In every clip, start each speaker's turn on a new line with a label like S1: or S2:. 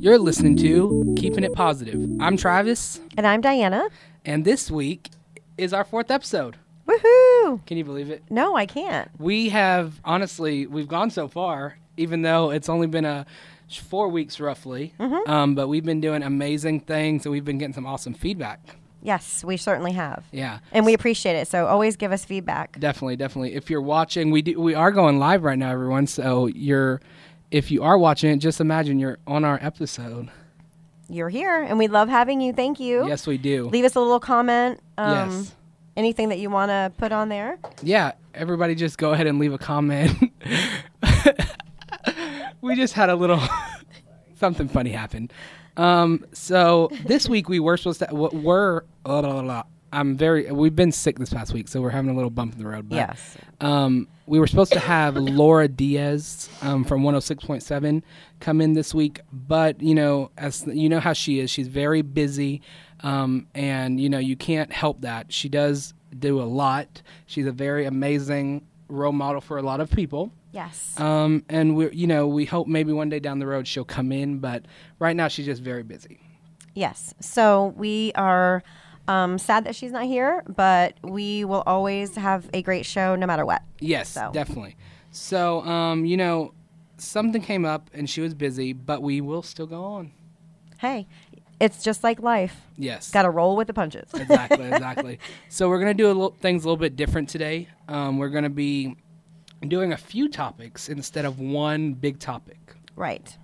S1: You're listening to Keeping It Positive. I'm Travis,
S2: And I'm Diana.
S1: and this week is our fourth episode.
S2: Woohoo!
S1: Can you believe it?
S2: No, I can't.
S1: We have, honestly, we've gone so far, even though it's only been a four weeks roughly, um, but we've been doing amazing things and we've been getting some awesome feedback.
S2: Yes, we certainly have.
S1: Yeah.
S2: And we appreciate it. So always give us feedback.
S1: Definitely, definitely. If you're watching, we do, we are going live right now, everyone. So you're, if you are watching it, just imagine you're on our episode.
S2: You're here and we love having you. Thank you.
S1: Yes, we do.
S2: Leave us a little comment. Um,
S1: Yes.
S2: Anything that you want to put on there.
S1: Yeah, everybody, just go ahead and leave a comment. we just had a little something funny happen. Um, so this week we were supposed to what were blah, blah, blah, blah. I'm very we've been sick this past week, so we're having a little bump in the road. But
S2: Yes.
S1: um, we were supposed to have Laura Diaz um, from 106.7 come in this week, but you know, as you know how she is, she's very busy, um, and you know you can't help that. She does do a lot. She's a very amazing role model for a lot of people.
S2: Yes.
S1: Um, and we, you know, we hope maybe one day down the road she'll come in, but right now she's just very busy.
S2: yes. So we are um, sad that she's not here, but we will always have a great show no matter what.
S1: Yes,
S2: So.
S1: definitely. So, um, you know, something came up and she was busy, but we will still go on.
S2: Hey, it's just like life.
S1: Yes.
S2: Got to roll with the punches.
S1: exactly, exactly. So we're gonna do a little, things a little bit different today. Um, we're gonna be doing a few topics instead of one big topic.
S2: right.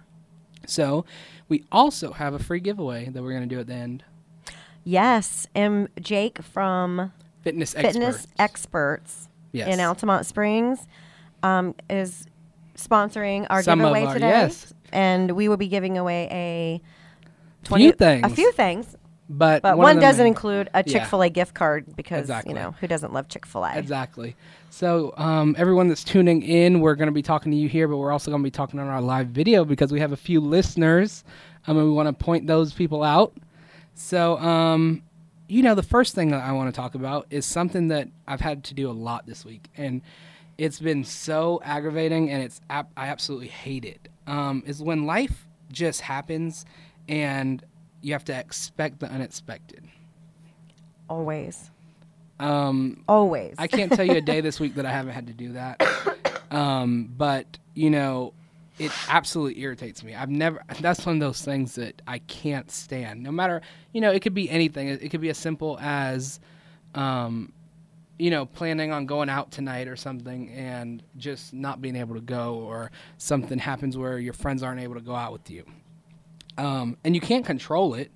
S1: So we also have a free giveaway that we're gonna do at the end.
S2: Yes. And Jake from
S1: Fitness experts.
S2: fitness experts
S1: Yes.
S2: in Altamont Springs um, is sponsoring our
S1: Some of
S2: giveaway
S1: our-
S2: today.
S1: yes.
S2: And we will be giving away a
S1: Few
S2: a
S1: things.
S2: few things,
S1: but
S2: but
S1: one,
S2: one,
S1: of them-
S2: doesn't include a Chick Fil A gift card because
S1: Exactly.
S2: you know who doesn't love Chick Fil A.
S1: Exactly. So, um, everyone that's tuning in, we're going to be talking to you here, but we're also going to be talking on our live video because we have a few listeners, um, and we want to point those people out. So, um, you know, the first thing that I want to talk about is something that I've had to do a lot this week, and it's been so aggravating, and it's ab- I absolutely hate it. Um, is when life just happens, and you have to expect the unexpected.
S2: Always,
S1: Um,
S2: always.
S1: I can't tell you a day this week that I haven't had to do that. Um, but you know, it absolutely irritates me. I've never. That's one of those things that I can't stand. No matter, you know, it could be anything. It, it could be as simple as, um, you know, planning on going out tonight or something, and just not being able to go, or something happens where your friends aren't able to go out with you, um, and you can't control it,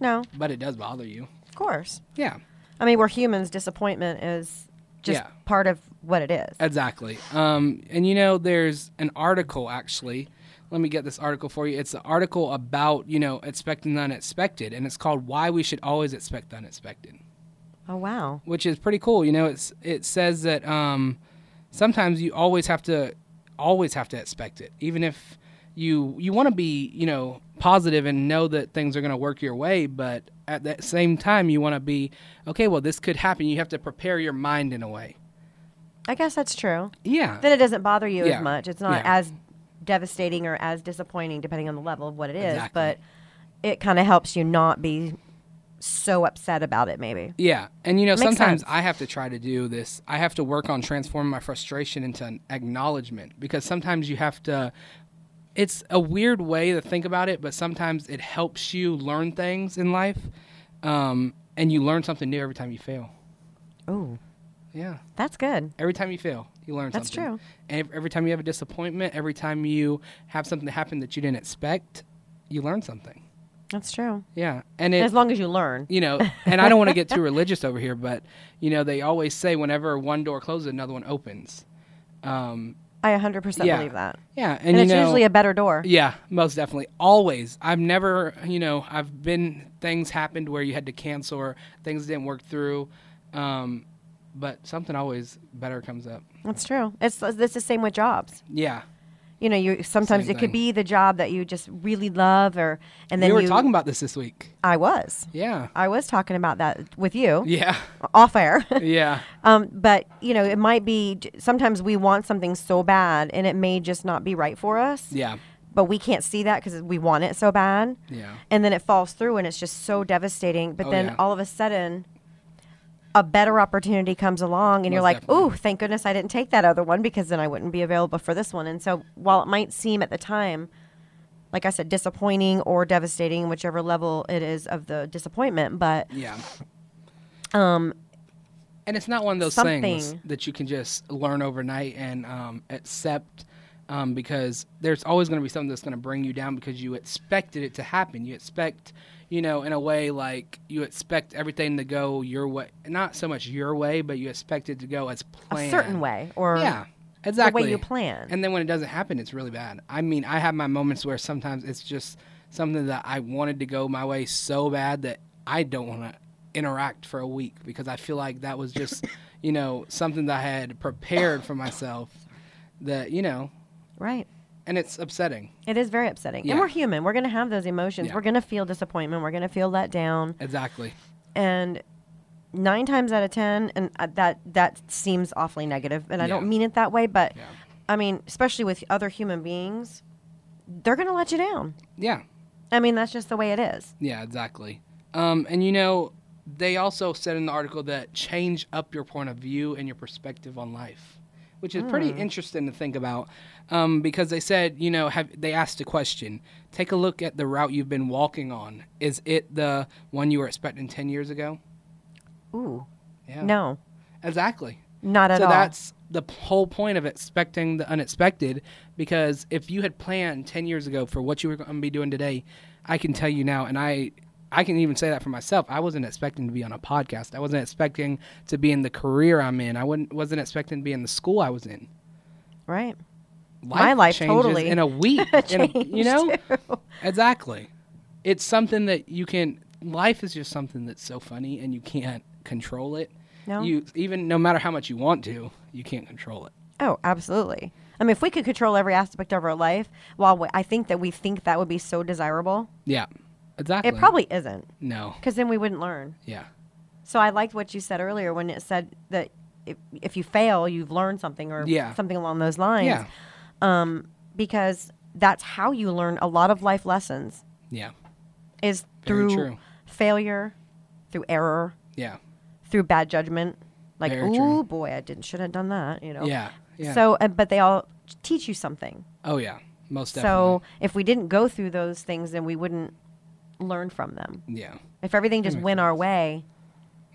S2: no,
S1: but it does bother you.
S2: of course.
S1: Yeah.
S2: I mean, we're humans. Disappointment is just
S1: Yeah. Uh,
S2: part of what it is.
S1: Exactly. Um, and you know, there's an article actually. Let me get this article for you. It's an article about you know expecting the unexpected, and it's called "Why We Should Always Expect the Unexpected,"
S2: oh wow.
S1: which is pretty cool. You know, it's it says that um, sometimes you always have to always have to expect it, even if you you want to be you know positive and know that things are going to work your way, but at that same time you want to be okay. Well, this could happen. You have to prepare your mind in a way.
S2: I guess that's true.
S1: Yeah.
S2: then it doesn't bother you
S1: Yeah.
S2: as much. It's not
S1: Yeah.
S2: as devastating or as disappointing, depending on the level of what it is.
S1: Exactly.
S2: But it kind of helps you not be so upset about it, maybe.
S1: Yeah, and you know
S2: Makes
S1: sometimes
S2: sense.
S1: I have to try to do this. I have to work on transforming my frustration into an acknowledgement because sometimes you have to. It's a weird way to think about it, but sometimes it helps you learn things in life, um, and you learn something new every time you fail.
S2: Oh,
S1: Yeah,
S2: that's good.
S1: every time you fail, you learn
S2: That's
S1: something.
S2: true.
S1: And ev- every time you have a disappointment, every time you have something happen that you didn't expect, you learn something.
S2: That's true.
S1: Yeah, and
S2: And
S1: it,
S2: as long as you learn.
S1: you know, and I don't want to get too religious over here, but you know, they always say whenever one door closes, another one opens. Um,
S2: I 100%
S1: Yeah.
S2: believe that.
S1: yeah, and,
S2: And,
S1: you
S2: it's
S1: know,
S2: usually a better door.
S1: yeah, most definitely, always. I've never, you know, I've been things happened where you had to cancel or things didn't work through, um, but something always better comes up.
S2: That's true. It's, it's the same with jobs.
S1: Yeah,
S2: You know, you sometimes
S1: Same thing.
S2: it could be the job that you just really love, or and then
S1: we were
S2: you,
S1: talking about this this week.
S2: I was,
S1: Yeah,
S2: I was talking about that with you
S1: yeah,
S2: off air.
S1: yeah,
S2: Um, but you know, it might be sometimes we want something so bad, and it may just not be right for us.
S1: yeah.
S2: but we can't see that because we want it so bad.
S1: Yeah.
S2: And then it falls through and it's just so devastating. But
S1: Oh,
S2: then
S1: yeah.
S2: all of a sudden, a better opportunity comes along and you're
S1: Most
S2: like,
S1: definitely.
S2: ooh, thank goodness I didn't take that other one because then I wouldn't be available for this one. And so while it might seem at the time, like I said, disappointing or devastating, whichever level it is of the disappointment, but
S1: Yeah.
S2: um,
S1: And it's not one of those things
S2: Something.
S1: that you can just learn overnight and um, accept um, because there's always going to be something that's going to bring you down because you expected it to happen. You expect, you know, in a way, like you expect everything to go your way. Not so much your way, but you expect it to go as planned.
S2: a certain way or
S1: Yeah, exactly.
S2: you plan.
S1: And then when it doesn't happen, it's really bad. I mean, I have my moments where sometimes it's just something that I wanted to go my way so bad that I don't want to interact for a week because I feel like that was just, you know, something that I had prepared for myself that, you know,
S2: right.
S1: and it's upsetting.
S2: It is very upsetting.
S1: Yeah.
S2: And we're human. We're going to have those emotions.
S1: Yeah.
S2: We're going to feel disappointment. We're going to feel let down.
S1: Exactly.
S2: And nine times out of 10, and uh, that, that seems awfully negative, And I
S1: Yeah.
S2: don't mean it that way, but
S1: Yeah.
S2: I mean, especially with other human beings, they're going to let you down.
S1: Yeah.
S2: I mean, that's just the way it is.
S1: Yeah, exactly. Um, and you know, they also said in the article that change up your point of view and your perspective on life, which is pretty interesting to think about um, because they said, you know, have, they asked a question take a look at the route you've been walking on. Is it the one you were expecting 10 years ago?
S2: Ooh.
S1: Yeah.
S2: No,
S1: Exactly.
S2: not at
S1: so
S2: all.
S1: that's the p- whole point of expecting the unexpected because if you had planned 10 years ago for what you were going to be doing today i can tell you now and i i can even say that for myself i wasn't expecting to be on a podcast i wasn't expecting to be in the career i'm in i wouldn't, wasn't expecting to be in the school i was in
S2: right. My life
S1: changes
S2: totally
S1: in a week in a- you
S2: changed
S1: know
S2: too.
S1: exactly it's something that you can life is just something that's so funny and you can't control it
S2: No.
S1: you even no matter how much you want to you can't control it
S2: Oh, absolutely. I mean, if we could control every aspect of our life, while we, I think that we think that would be so desirable,
S1: Yeah, exactly.
S2: it probably isn't,
S1: no.
S2: because then we wouldn't learn.
S1: Yeah,
S2: So I liked what you said earlier when it said that if, if you fail, you've learned something or
S1: Yeah.
S2: something along those lines.
S1: yeah,
S2: Um, because that's how you learn a lot of life lessons
S1: yeah,
S2: is
S1: Very
S2: through
S1: true.
S2: failure, through error,
S1: yeah,
S2: through bad judgment. Like,
S1: Very
S2: oh
S1: true.
S2: boy, I didn't should have done that. You know.
S1: yeah, yeah.
S2: So, uh, but they all teach you something.
S1: oh yeah, most
S2: So
S1: definitely.
S2: if we didn't go through those things, then we wouldn't learn from them.
S1: yeah,
S2: If everything just went our way,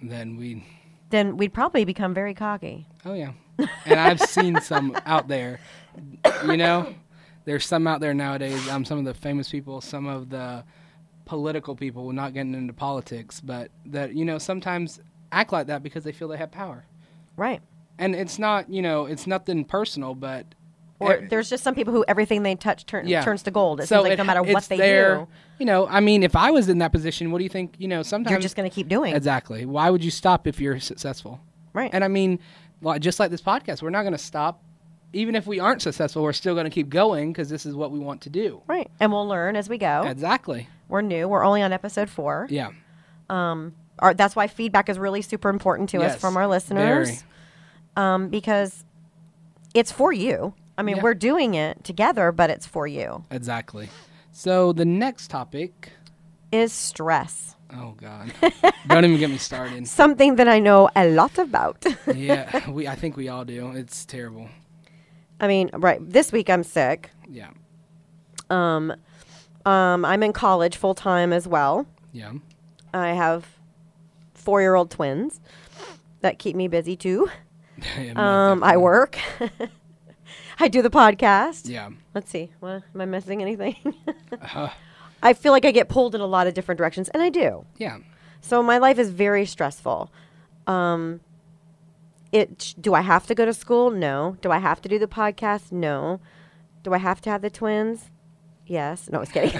S1: then we.
S2: then we'd probably become very cocky.
S1: Oh yeah, and I've seen some out there. You know, there's some out there nowadays. Um, some of the famous people, some of the political people. We're not getting into politics, but that you know sometimes act like that because they feel they have power,
S2: Right.
S1: and it's not you know it's nothing personal, but
S2: Or
S1: e-
S2: there's just some people who everything they touch turn,
S1: yeah.
S2: turns to gold. It seems like no
S1: it-
S2: matter what
S1: it's
S2: they
S1: their-
S2: do,
S1: you know, I mean, if I was in that position, what do you think? You know, sometimes
S2: you're just going to keep doing.
S1: exactly. Why would you stop if you're successful?
S2: Right.
S1: And I mean, li- just like this podcast, we're not going to stop. Even if we aren't successful, we're still going to keep going because this is what we want to do.
S2: right. Oh. And we'll learn as we go.
S1: Exactly.
S2: We're new. We're only on episode four.
S1: Yeah.
S2: Our, that's why feedback is really super important to
S1: Yes.
S2: us from our listeners
S1: Very.
S2: um, because it's for you. I mean,
S1: Yeah.
S2: we're doing it together, but it's for you.
S1: Exactly. So the next topic.
S2: Is stress.
S1: Oh God! Don't even get me started.
S2: something that I know a lot about.
S1: Yeah, we. I think we all do. It's terrible.
S2: I mean, right, this week I'm sick.
S1: Yeah.
S2: Um, um, I'm in college full time as well.
S1: Yeah.
S2: I have four year old twins that keep me busy too.
S1: Yeah, most
S2: Um, I
S1: definitely.
S2: work, I do the podcast.
S1: Yeah.
S2: Let's see, what, am I missing anything?
S1: Uh,
S2: I feel like I get pulled in a lot of different directions, and I do.
S1: yeah.
S2: So my life is very stressful. Um, it do I have to go to school? No. Do I have to do the podcast? No. Do I have to have the twins? Yes. No, I was kidding.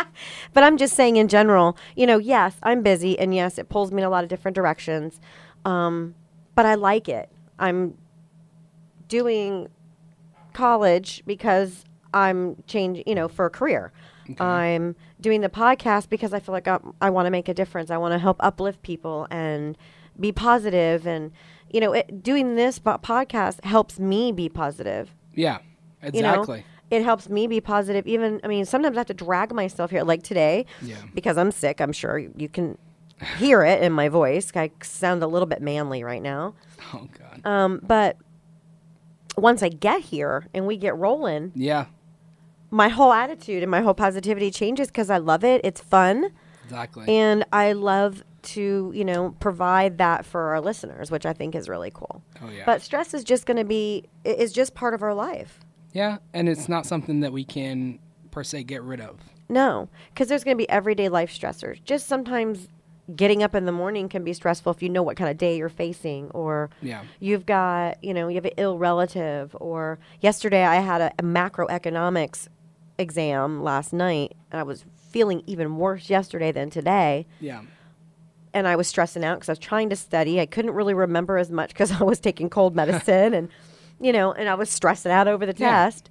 S2: but I'm just saying in general, you know, yes, I'm busy and yes, it pulls me in a lot of different directions. Um, but I like it. I'm doing college because I'm changing, you know, for a career. I'm doing the podcast because I feel like i I want to make a difference. I want to help uplift people and be positive and you know, it, doing this bo- podcast helps me be positive.
S1: Yeah.
S2: You know?
S1: Exactly.
S2: it helps me be positive. Even I mean, sometimes I have to drag myself here, like today,
S1: Yeah.
S2: because I'm sick. I'm sure you can hear it in my voice. I sound a little bit manly right now,
S1: Oh God.
S2: um, but once I get here and we get rolling,
S1: yeah.
S2: my whole attitude and my whole positivity changes because I love it. It's fun,
S1: Exactly.
S2: and I love to you know provide that for our listeners, which I think is really cool.
S1: oh yeah.
S2: But stress is just going to be i- is just part of our life.
S1: yeah, and it's not something that we can per se get rid of.
S2: No, because there's going to be everyday life stressors. Just sometimes getting up in the morning can be stressful if you know what kind of day you're facing, or
S1: Yeah.
S2: you've got, you know, you have an ill relative, or yesterday I had a, a macroeconomics exam last night, and I was feeling even worse yesterday than today.
S1: Yeah.
S2: And I was stressing out because I was trying to study. I couldn't really remember as much because I was taking cold medicine, and you know, and I was stressing out over the
S1: Yeah.
S2: test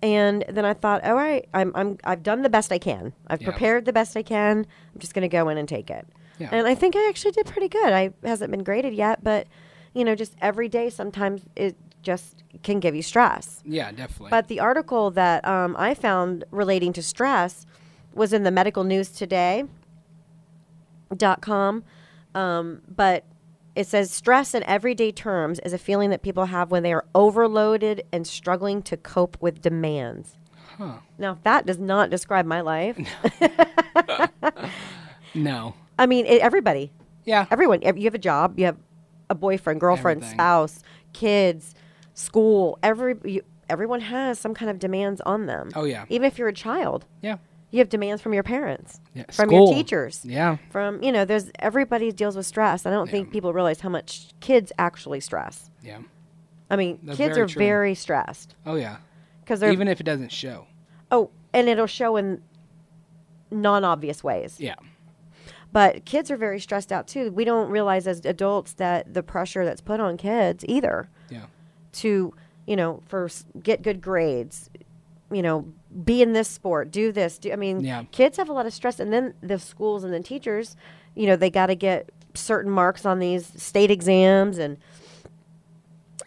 S2: and then I thought, all right, I'm, I'm I've done the best I can. I've
S1: Yeah.
S2: prepared the best I can. I'm just going to go in and take it.
S1: Yeah.
S2: And I think I actually did pretty good. I hasn't been graded yet, but you know, just every day sometimes it just can give you stress.
S1: Yeah, definitely.
S2: But the article that um, I found relating to stress was in the medical news today dot com. Um, but it says stress in everyday terms is a feeling that people have when they are overloaded and struggling to cope with demands.
S1: huh.
S2: Now, if that does not describe my life,
S1: No.
S2: I mean, it, everybody,
S1: Yeah.
S2: everyone, ev- you have a job, you have a boyfriend, girlfriend,
S1: Everything.
S2: spouse, kids, school, every, you, everyone has some kind of demands on them.
S1: Oh, yeah.
S2: Even if you're a child,
S1: yeah.
S2: you have demands from your parents,
S1: Yeah.
S2: from
S1: School.
S2: your teachers.
S1: Yeah.
S2: From, you know, there's everybody deals with stress. I don't
S1: Yeah.
S2: think people realize how much kids actually stress.
S1: Yeah.
S2: I mean,
S1: That's
S2: kids
S1: very
S2: are
S1: true.
S2: very stressed
S1: Oh yeah.
S2: because they're,
S1: Even if it doesn't show.
S2: oh, and it'll show in non obvious ways.
S1: Yeah.
S2: But kids are very stressed out too. We don't realize as adults that the pressure that's put on kids either
S1: Yeah.
S2: to, you know, first get good grades, you know, be in this sport, do this. Do, I mean,
S1: Yeah.
S2: kids have a lot of stress. And then the schools and the teachers, you know, they got to get certain marks on these state exams and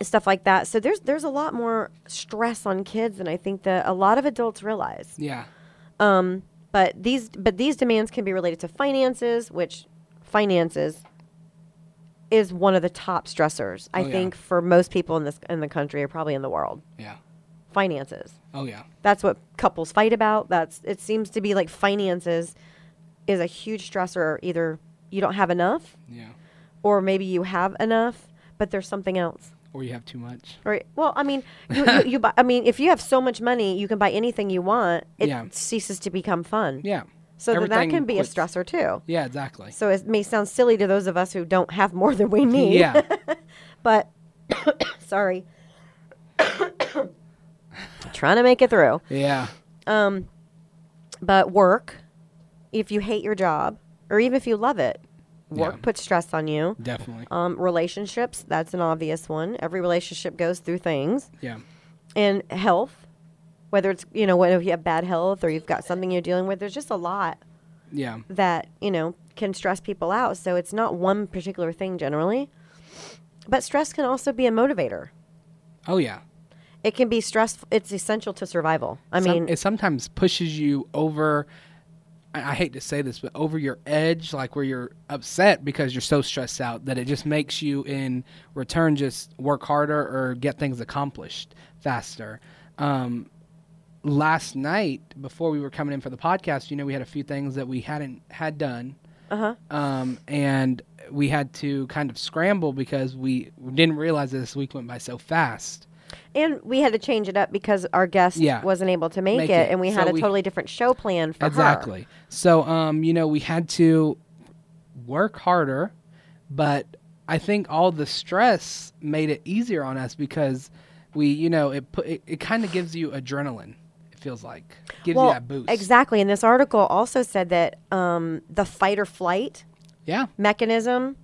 S2: stuff like that. So there's there's a lot more stress on kids than I think that a lot of adults realize.
S1: Yeah.
S2: Um, but these but these demands can be related to finances, which finances is one of the top stressors I
S1: Oh, yeah.
S2: think for most people in this in the country or probably in the world.
S1: Yeah.
S2: Finances.
S1: Oh yeah.
S2: That's what couples fight about. That's it seems to be like finances is a huge stressor. Either you don't have enough
S1: Yeah.
S2: or maybe you have enough, but there's something else.
S1: Or you have too much.
S2: Or well, I mean, you, you, you buy, I mean, if you have so much money, you can buy anything you want. It
S1: Yeah.
S2: ceases to become fun.
S1: Yeah.
S2: So then that
S1: Everything
S2: can be a
S1: quits.
S2: stressor too.
S1: Yeah. Exactly.
S2: So it may sound silly to those of us who don't have more than we need.
S1: Yeah.
S2: But sorry. Trying to make it through.
S1: yeah.
S2: Um, but work, if you hate your job or even if you love it, work
S1: Yeah.
S2: puts stress on you.
S1: Definitely.
S2: Um, relationships, that's an obvious one. Every relationship goes through things.
S1: Yeah.
S2: And health, whether it's, you know, whether you have bad health or you've got something you're dealing with, there's just a lot
S1: Yeah.
S2: that you know can stress people out so it's not one particular thing generally but stress can also be a motivator
S1: Oh yeah.
S2: it can be stressful it's essential to survival i
S1: Some-
S2: mean
S1: it sometimes pushes you over. I I hate to say this, but over your edge, like where you're upset because you're so stressed out that it just makes you, in return, just work harder or get things accomplished faster. Um, last night, before we were coming in for the podcast, you know, we had a few things that we hadn't had done
S2: uh-huh
S1: um, and we had to kind of scramble because we didn't realize that this week went by so fast.
S2: and we had to change it up because our guest
S1: Yeah.
S2: wasn't able to make,
S1: Make
S2: it,
S1: it.
S2: and we
S1: So
S2: had a
S1: we-
S2: totally different show plan for her.
S1: Exactly. So, um, you know, we had to work harder, but I think all the stress made it easier on us because we, you know, it put it, it kind of gives you adrenaline. It feels like gives
S2: well
S1: you that boost.
S2: exactly and this article also said that um, the fight or flight
S1: Yeah.
S2: mechanism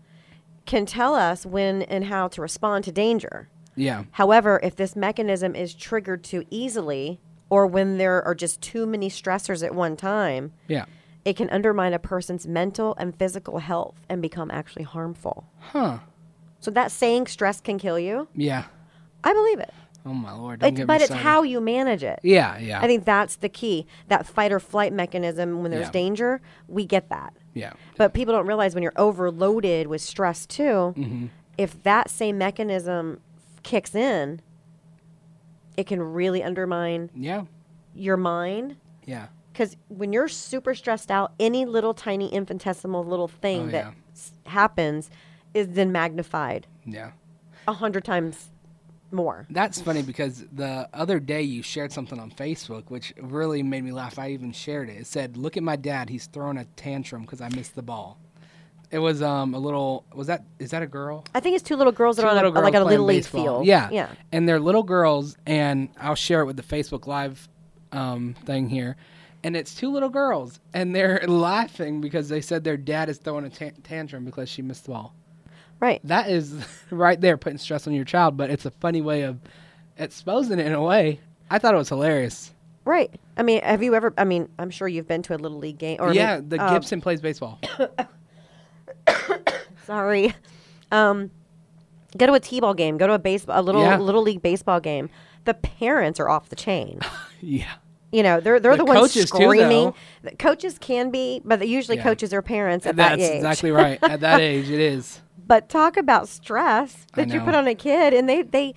S2: can tell us when and how to respond to danger
S1: Yeah.
S2: However, if this mechanism is triggered too easily or when there are just too many stressors at one time,
S1: Yeah.
S2: it can undermine a person's mental and physical health and become actually harmful.
S1: Huh.
S2: So that saying stress can kill you,
S1: Yeah.
S2: I believe it.
S1: Oh my lord! Don't
S2: it's,
S1: get
S2: but
S1: me
S2: it's
S1: started.
S2: how you manage it.
S1: Yeah, yeah,
S2: I think that's the key. That fight or flight mechanism when there's
S1: Yeah.
S2: danger, we get that.
S1: yeah,
S2: But people don't realize when you're overloaded with stress too,
S1: Mm-hmm.
S2: if that same mechanism kicks in, it can really undermine
S1: yeah,
S2: your mind.
S1: yeah.
S2: Because when you're super stressed out, any little tiny infinitesimal little thing
S1: Oh,
S2: that
S1: yeah.
S2: s- happens is then magnified
S1: Yeah.
S2: a hundred times more.
S1: That's funny because the other day you shared something on Facebook, which really made me laugh. I even shared it. It said, "Look at my dad. He's throwing a tantrum because I missed the ball." It was um a little. Was that is that a girl?
S2: I think it's two little girls that
S1: Two
S2: are on a,
S1: little girls
S2: like a
S1: playing
S2: little league
S1: baseball.
S2: field.
S1: Yeah.
S2: yeah.
S1: And they're little girls, and I'll share it with the Facebook Live um, thing here. And it's two little girls, and they're laughing because they said their dad is throwing a tan tantrum because she missed the ball.
S2: Right.
S1: That is right there putting stress on your child, but it's a funny way of exposing it in a way. I thought it was hilarious.
S2: Right. I mean, have you ever? I mean, I'm sure you've been to a little league game. Or I mean,
S1: yeah, the
S2: uh,
S1: Gibson plays baseball.
S2: Sorry. Um, go to a t-ball game. Go to a baseball, a little
S1: Yeah.
S2: little league baseball game. The parents are off the chain.
S1: yeah.
S2: You know, they're they're
S1: The
S2: the, ones
S1: coaches too, though.
S2: screaming. the coaches can be, but usually
S1: Yeah.
S2: coaches are parents at
S1: That's
S2: that age.
S1: exactly right. At that age, it is.
S2: But talk about stress
S1: I
S2: that you
S1: know.
S2: put on a kid, and they they,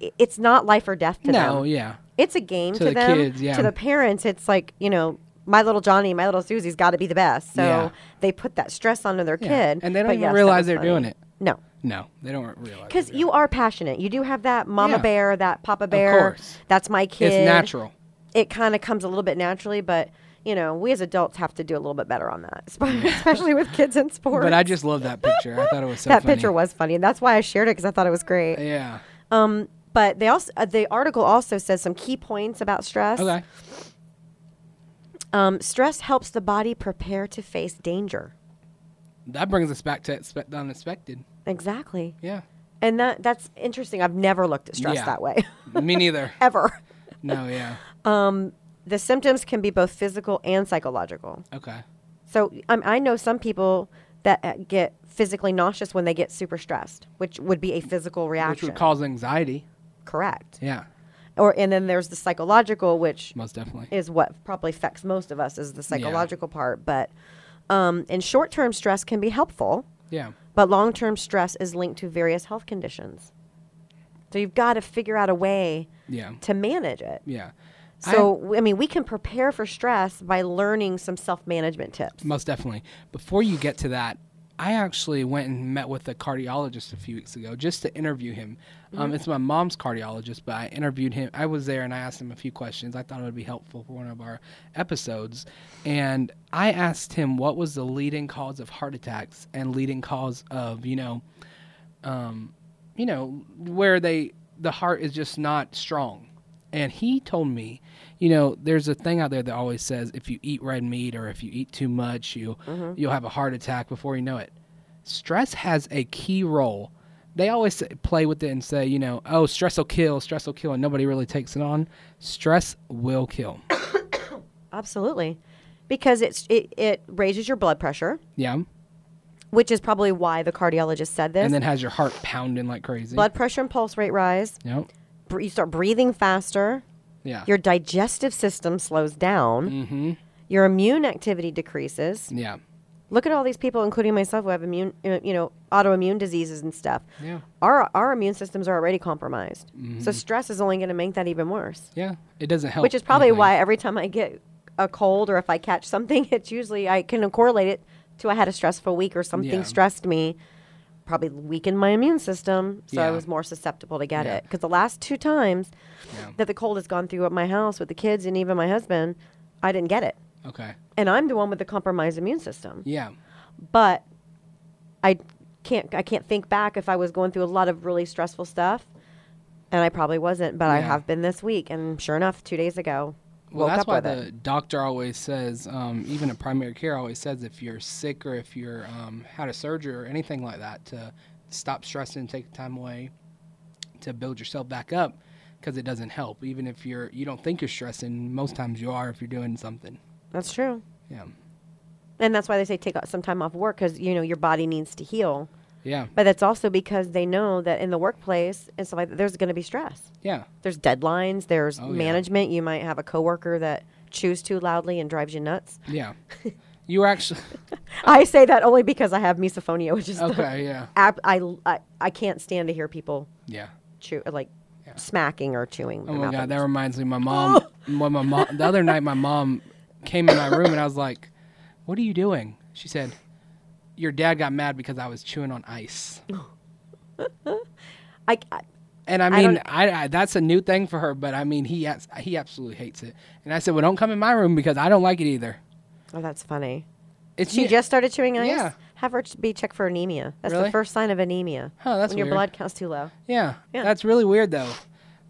S2: th- it's not life or death to them.
S1: No, yeah.
S2: it's a game
S1: To
S2: to,
S1: the
S2: them.
S1: kids, yeah.
S2: To the parents, it's like you know, my little Johnny, my little Susie's got to be the best. So
S1: Yeah.
S2: they put that stress onto their
S1: Yeah.
S2: kid,
S1: And they don't
S2: But
S1: even
S2: yes, that
S1: realize
S2: was
S1: they're
S2: funny.
S1: doing it.
S2: No,
S1: No, they don't realize.
S2: because
S1: they're
S2: you are passionate. You do have that mama
S1: Yeah.
S2: bear, that papa bear.
S1: course.
S2: That's my
S1: doing it.
S2: kid.
S1: It's natural.
S2: It kind of comes a little bit naturally, but you know, we as adults have to do a little bit better on that, espe- especially with kids in sports.
S1: But I just love that picture. I thought it was so
S2: that
S1: funny.
S2: picture was funny, and that's why I shared it because I thought it was great.
S1: Yeah.
S2: Um, but they also uh, the article also says some key points about stress.
S1: Okay.
S2: Um, stress helps the body prepare to face danger.
S1: That brings us back to expect the unexpected.
S2: Exactly.
S1: Yeah.
S2: And that that's interesting. I've never looked at stress
S1: Yeah.
S2: that way
S1: Me neither.
S2: ever.
S1: No, yeah.
S2: The symptoms can be both physical and psychological.
S1: Okay.
S2: So um, I know some people that uh, get physically nauseous when they get super stressed, which would be a physical
S1: Which
S2: reaction.
S1: would cause anxiety.
S2: Correct.
S1: Yeah.
S2: Or and then there's the psychological, which
S1: Most definitely.
S2: is what probably affects most of us is the psychological part. But um, and short-term stress can be helpful.
S1: yeah.
S2: But long term stress is linked to various health conditions. So you've got to figure out a way
S1: Yeah.
S2: to manage it.
S1: Yeah.
S2: So, w- I, mean, we can prepare for stress by learning some self management tips.
S1: Most definitely. Before you get to that, I actually went and met with a cardiologist a few weeks ago just to interview him. Um, it's my mom's cardiologist, but I interviewed him. I was there and I asked him a few questions. I thought it would be helpful for one of our episodes. And I asked him what was the leading cause of heart attacks and leading cause of, you know, you know, where they the heart is just not strong. And he told me, you know, there's a thing out there that always says if you eat red meat or if you eat too much, you
S2: Mm-hmm.
S1: you'll have a heart attack before you know it. Stress has a key role. They always say, play with it and say, you know, oh, stress will kill, stress will kill, and nobody really takes it on. Stress will kill.
S2: Absolutely. Because it's, it, it raises your blood pressure,
S1: yeah.
S2: which is probably why the cardiologist said this.
S1: And then has your heart pounding like crazy.
S2: blood pressure and pulse rate rise.
S1: Yep.
S2: Br- You start breathing faster.
S1: Yeah.
S2: Your digestive system slows down.
S1: Mm.
S2: Mm-hmm. Your immune activity decreases.
S1: yeah.
S2: look at all these people, including myself, who have immune, uh, you know, autoimmune diseases and stuff.
S1: Yeah.
S2: Our our immune systems are already compromised,
S1: Mm-hmm.
S2: so stress is only going to make that even worse.
S1: Yeah. It doesn't help.
S2: Which is probably
S1: anything.
S2: why every time I get a cold or if I catch something, it's usually I can correlate it to I had a stressful week or something
S1: Yeah.
S2: stressed me, probably weakened my immune system, so
S1: Yeah.
S2: I was more susceptible to get
S1: Yeah.
S2: it. Because the last two times
S1: Yeah.
S2: that the cold has gone through at my house with the kids and even my husband, I didn't get it,
S1: Okay.
S2: and I'm the one with the compromised immune system
S1: Yeah.
S2: but I can't I can't think back if I was going through a lot of really stressful stuff, and I probably wasn't, but I
S1: Yeah.
S2: have been this week, and sure enough, two days ago,
S1: Well,
S2: woke
S1: that's
S2: up
S1: why
S2: with
S1: the
S2: it.
S1: doctor always says, um, even a primary care always says, if you're sick or if you're um, had a surgery or anything like that, to stop stressing, take time away, to build yourself back up, because it doesn't help. Even if you're you don't think you're stressing, most times you are if you're doing something.
S2: That's true,
S1: Yeah.
S2: and that's why they say take out some time off work because you know your body needs to heal.
S1: Yeah.
S2: But that's also because they know that in the workplace and stuff like that, there's going to be stress.
S1: Yeah.
S2: There's deadlines. There's
S1: Oh, yeah.
S2: management. You might have a coworker that chews too loudly and drives you nuts.
S1: Yeah. You were actually
S2: I say that only because I have misophonia, which is the
S1: okay. Yeah.
S2: ab- I, I I can't stand to hear people
S1: Yeah.
S2: chew like
S1: Yeah.
S2: smacking or chewing.
S1: Oh
S2: their
S1: my
S2: mouth
S1: god,
S2: open.
S1: that reminds me. My mom.
S2: Oh.
S1: when my mom. The other night, my mom came in my room and I was like, "What are you doing?" She said, "Your dad got mad because I was chewing on ice."
S2: I, I-
S1: And I
S2: I
S1: mean,
S2: don't-
S1: I, I, that's a new thing for her, but I mean, he abs- he absolutely hates it. And I said, "Well, don't come in my room because I don't like it either."
S2: oh, that's funny.
S1: It's
S2: She
S1: you-
S2: just started chewing ice.
S1: Yeah.
S2: Have her ch- be checked for anemia. That's
S1: Really?
S2: the first sign of anemia.
S1: Huh, that's
S2: when
S1: weird.
S2: your blood count's too low.
S1: Yeah,
S2: Yeah.
S1: that's really weird though.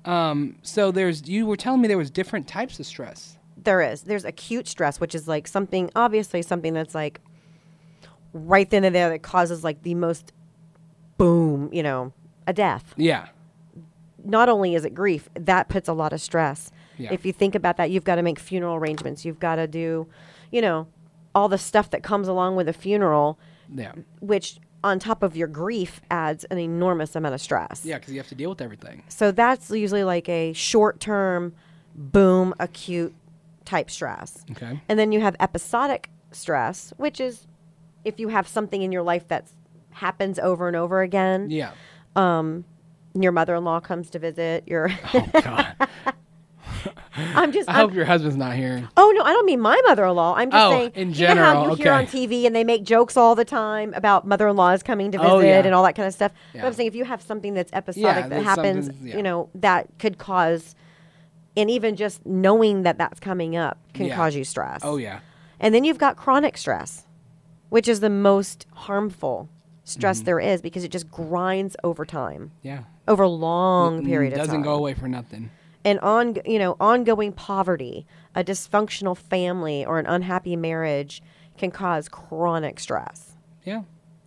S1: Um, so there's you were telling me there was different types of stress.
S2: There is. There's acute stress, which is like something obviously something that's like right then and there that causes like the most boom, you know, a death.
S1: Yeah,
S2: Not only is it grief, that puts a lot of stress.
S1: Yeah.
S2: If you think about that, you've got to make funeral arrangements. You've got to do, you know, all the stuff that comes along with a funeral,
S1: yeah,
S2: which on top of your grief adds an enormous amount of stress.
S1: yeah, because you have to deal with everything.
S2: So that's usually like a short term, boom, acute type stress.
S1: Okay.
S2: And then you have episodic stress, which is if you have something in your life that happens over and over again.
S1: Yeah.
S2: Your mother in law comes to visit. Your
S1: Oh God.
S2: I'm just
S1: I
S2: I'm-
S1: hope your husband's not here.
S2: Oh no, I don't mean my mother-in-law. I'm just
S1: Oh,
S2: saying
S1: in
S2: you know how
S1: general,
S2: you hear on
S1: okay.
S2: TV and they make jokes all the time about mother-in-laws coming to visit
S1: Oh, yeah.
S2: and all that kind of stuff. But
S1: Yeah.
S2: I'm saying if you have something that's episodic
S1: Yeah,
S2: that
S1: that's
S2: happens,
S1: something- yeah.
S2: you know, that could cause and even just knowing that that's coming up can
S1: Yeah.
S2: cause you stress.
S1: Oh yeah.
S2: And then you've got chronic stress, which is the most harmful stress
S1: Mm-hmm.
S2: there is because it just grinds over time,
S1: Yeah.
S2: over long
S1: Mm,
S2: period of
S1: doesn't
S2: time
S1: go away for nothing.
S2: an on you know ongoing poverty, a dysfunctional family, or an unhappy marriage can cause chronic stress.
S1: Yeah.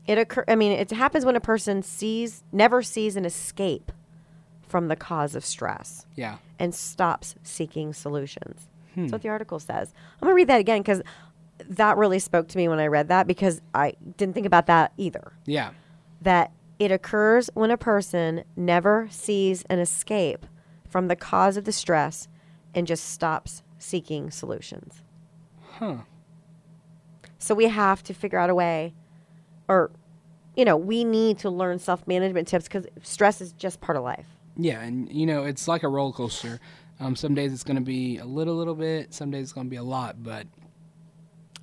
S2: It occur. I mean, it happens when a person sees never sees an escape from the cause of stress
S1: Yeah.
S2: and stops seeking solutions. That's what the article says. I'm gonna read that again because that really spoke to me when I read that because I didn't think about that either
S1: Yeah.
S2: that it occurs when a person never sees an escape from the cause of the stress and just stops seeking solutions.
S1: Huh.
S2: So we have to figure out a way, or, you know, we need to learn self management tips because stress is just part of life.
S1: Yeah, and you know it's like a roller coaster. Um, some days it's going to be a little, little bit. Some days it's going to be a lot. But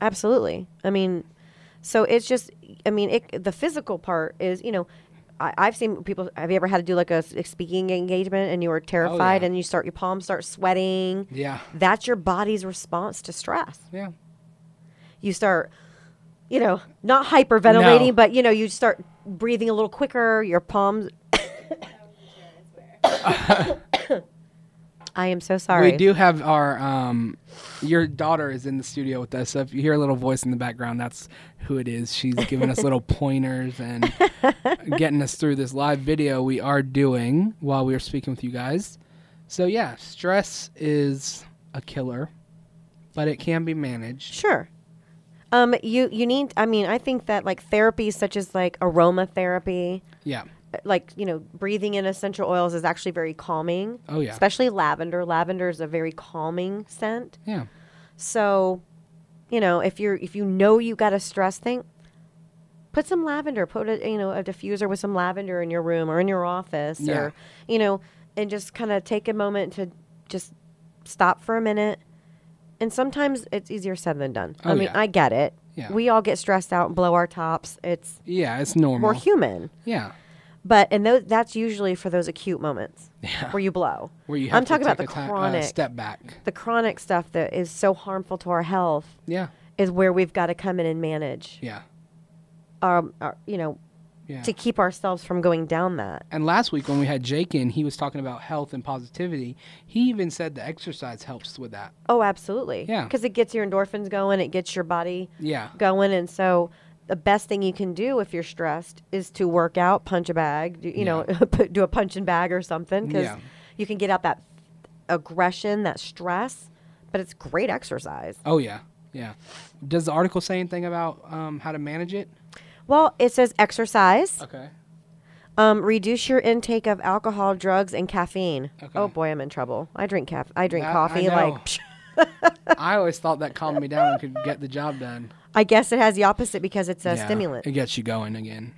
S2: Absolutely. I mean, so it's just, I mean, it, the physical part is, you know, I, I've seen people. Have you ever had to do like a, s- a speaking engagement and you were terrified
S1: yeah.
S2: and you start, your palms start sweating?
S1: yeah,
S2: That's your body's response to stress.
S1: yeah,
S2: You start, you know, not hyperventilating,
S1: No.
S2: but you know, you start breathing a little quicker. Your palms. I am so sorry.
S1: we do have our. Um, your daughter is in the studio with us, so if you hear a little voice in the background, that's who it is. She's giving us little pointers and getting us through this live video we are doing while we are speaking with you guys. So yeah, stress is a killer, but it can be managed.
S2: Sure. Um, you you need. I mean, I think that like therapies such as like aromatherapy,
S1: Yeah.
S2: like you know, breathing in essential oils is actually very calming.
S1: Oh yeah.
S2: Especially lavender. Lavender is a very calming scent.
S1: Yeah.
S2: So, you know, if you're if you know you got a stress thing, put some lavender, put a you know a diffuser with some lavender in your room or in your office,
S1: Yeah.
S2: or you know, and just kind of take a moment to just stop for a minute. And sometimes it's easier said than done. I
S1: Oh,
S2: mean,
S1: yeah.
S2: I get it.
S1: Yeah.
S2: We all get stressed out and blow our tops. It's
S1: Yeah, it's normal.
S2: we're human.
S1: yeah.
S2: But and those, that's usually for those acute moments where you blow.
S1: where you have
S2: I'm
S1: to
S2: talking about the
S1: take a ti- uh,
S2: chronic,
S1: step back.
S2: the chronic stuff that is so harmful to our health
S1: Yeah,
S2: is where we've got to come in and manage
S1: yeah,
S2: our, our you know
S1: yeah.
S2: to keep ourselves from going down that
S1: and last week when we had Jake in, he was talking about health and positivity. He even said the exercise helps with that.
S2: oh absolutely
S1: Yeah.
S2: because it gets your endorphins going it gets your body
S1: Yeah,
S2: going and so the best thing you can do if you're stressed is to work out punch a bag do, you know put- do a punch and bag or something because
S1: Yeah.
S2: you can get out that aggression that stress but it's great exercise
S1: Oh yeah, yeah. Does the article say anything about um, how to manage it?
S2: Well, it says exercise,
S1: Okay.
S2: um, reduce your intake of alcohol, drugs, and caffeine.
S1: Okay.
S2: Oh boy, I'm in trouble. I drink caf- I drink
S1: I- I
S2: coffee.
S1: know.
S2: like, psh,
S1: I always thought that calmed me down and could get the job done.
S2: I guess it has the opposite because it's a
S1: Yeah,
S2: stimulant.
S1: It gets you going again.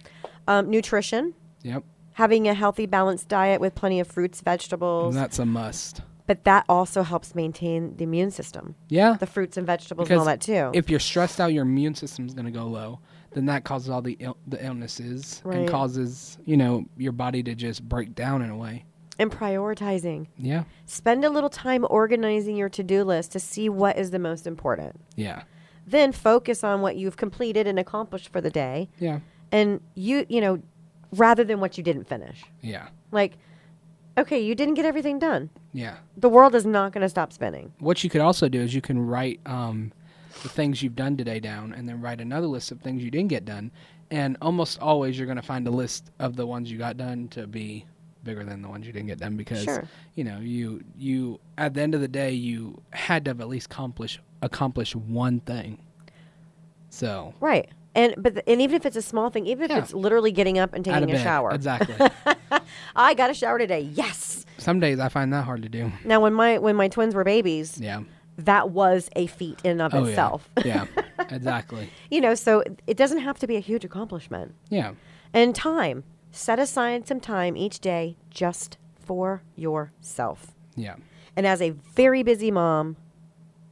S2: Um, nutrition,
S1: Yep.
S2: having a healthy, balanced diet with plenty of fruits, vegetables,
S1: That's a must.
S2: but that also helps maintain the immune system.
S1: Yeah.
S2: The fruits and vegetables
S1: Because
S2: and all that too.
S1: If you're stressed out, your immune system's going to go low. Then that causes all the Ill- the illnesses
S2: Right.
S1: and causes you know your body to just break down in a way.
S2: and prioritizing.
S1: Yeah.
S2: Spend a little time organizing your to-do list to see what is the most important.
S1: Yeah.
S2: Then focus on what you've completed and accomplished for the day
S1: Yeah.
S2: and you, you know, rather than what you didn't finish.
S1: Yeah.
S2: Like okay, you didn't get everything done.
S1: Yeah.
S2: The world is not going to stop spinning.
S1: What you could also do is you can write um, the things you've done today down, and then write another list of things you didn't get done. And almost always, you're going to find a list of the ones you got done to be bigger than the ones you didn't get done because
S2: Sure.
S1: you know you you at the end of the day you had to have at least accomplish accomplish one thing. So
S2: Right. And but th- and even if it's a small thing, even if
S1: Yeah.
S2: it's literally getting up and
S1: out of
S2: taking a
S1: bed.
S2: shower.
S1: exactly.
S2: I got a shower today. Yes.
S1: Some days I find that hard to do.
S2: Now when my when my twins were babies,
S1: Yeah.
S2: that was a feat in and of
S1: Oh
S2: itself.
S1: yeah. Yeah. Exactly.
S2: you know, so it doesn't have to be a huge accomplishment.
S1: Yeah.
S2: And time. Set aside some time each day just for yourself.
S1: Yeah.
S2: And as a very busy mom,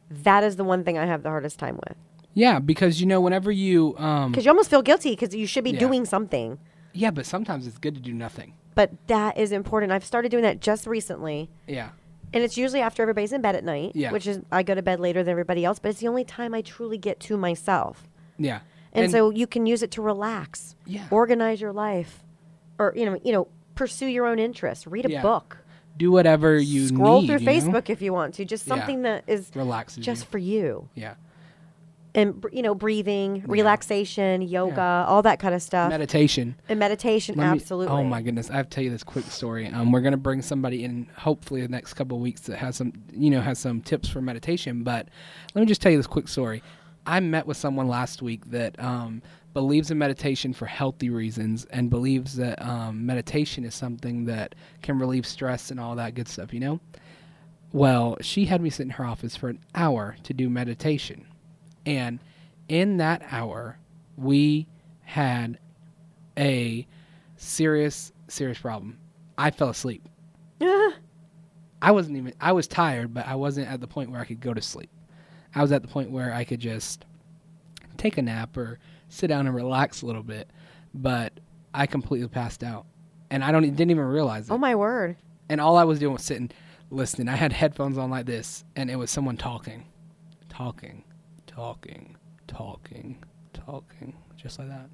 S2: that is the one thing I have the hardest time with.
S1: Yeah. Because you know whenever you um
S2: Because you almost feel guilty because you should be
S1: Yeah.
S2: doing something.
S1: Yeah, but sometimes it's good to do nothing.
S2: But that is important. I've started doing that just recently.
S1: Yeah.
S2: And it's usually after everybody's in bed at night,
S1: Yeah.
S2: which is I go to bed later than everybody else, but it's the only time I truly get to myself.
S1: Yeah.
S2: And, so you can use it to relax,
S1: Yeah.
S2: organize your life, or you know, you know, pursue your own interests, read a
S1: Yeah.
S2: book,
S1: do whatever you
S2: scroll
S1: need,
S2: through
S1: you know?
S2: Facebook if you want to, just
S1: Yeah.
S2: something that is
S1: Relaxes you.
S2: just for you,
S1: Yeah.
S2: and br- you know, breathing, relaxation, yoga, all that kind of stuff,
S1: Meditation.
S2: and meditation.
S1: Let me-
S2: absolutely.
S1: oh my goodness! I have to tell you this quick story. Um, we're gonna bring somebody in, hopefully the next couple of weeks that has some, you know, has some tips for meditation. But let me just tell you this quick story. I met with someone last week that um, believes in meditation for healthy reasons and believes that um, meditation is something that can relieve stress and all that good stuff. You know, Well, she had me sit in her office for an hour to do meditation. And in that hour, we had a serious, serious problem. I fell asleep. I wasn't even, I was tired, but I wasn't at the point where I could go to sleep. I was at the point where I could just take a nap or sit down and relax a little bit. But I completely passed out. And I don't, e, didn't even realize it
S2: oh my word!
S1: and all I was doing was sitting listening. I had headphones on like this, and it was someone talking, talking, talking, talking, talking, just like that.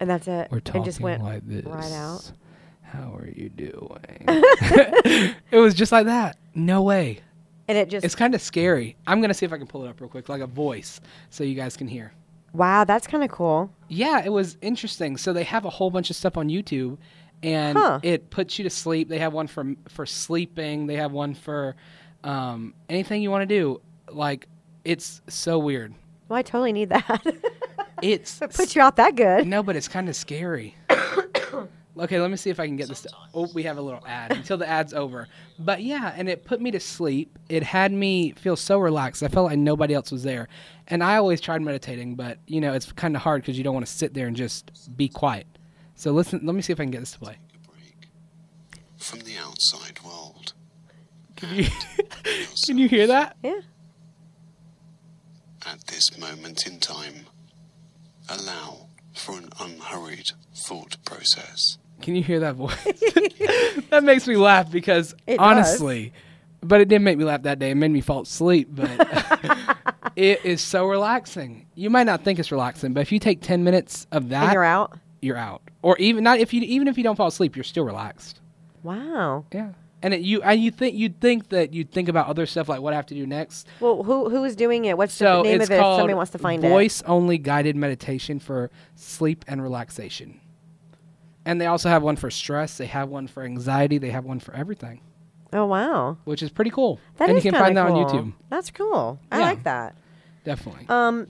S2: And that's it.
S1: Or talking
S2: and just went
S1: like this.
S2: right out.
S1: How are you doing? it was just like that. No way.
S2: And it just
S1: It's kind of scary. I'm gonna see if I can pull it up real quick, like a voice, so you guys can hear.
S2: wow, that's kind of cool.
S1: Yeah, it was interesting. So they have a whole bunch of stuff on YouTube, and
S2: Huh.
S1: it puts you to sleep. They have one for for sleeping. They have one for um, anything you want to do. Like it's so weird.
S2: Well, I totally need that.
S1: It's
S2: Put you out that good.
S1: no, but it's kind of scary. okay, let me see if I can get this. To, oh, we have a little ad until the ad's over. But yeah, and it put me to sleep. It had me feel so relaxed. I felt like nobody else was there. And I always tried meditating, but you know it's kind of hard because you don't want to sit there and just be quiet. So listen. Let me see if I can get this to play.
S3: a break from the outside world.
S1: Can you, can you hear that?
S2: Yeah.
S3: At this moment in time, allow for an unhurried thought process.
S1: Can you hear that voice? that makes me laugh because
S2: It does.
S1: honestly, but it didn't make me laugh that day. It made me fall asleep, but it is so relaxing. You might not think it's relaxing, but if you take 10 minutes of that,
S2: And you're out.
S1: you're out. Or even not if you even if you don't fall asleep, you're still relaxed.
S2: Wow.
S1: Yeah. And it, you and you think you'd think that you'd think about other stuff like what I have to do next.
S2: Well, who who is doing it? What's
S1: So
S2: the name
S1: it's
S2: of it? if
S1: called
S2: Somebody wants to find it.
S1: voice only guided meditation for sleep and relaxation. And they also have one for stress. They have one for anxiety. They have one for everything,
S2: Oh wow,
S1: which is pretty cool.
S2: that is
S1: and you can find
S2: kinda
S1: that on
S2: cool. Uh,
S1: YouTube.
S2: That's cool. I
S1: Yeah.
S2: like that.
S1: Definitely.
S2: Um,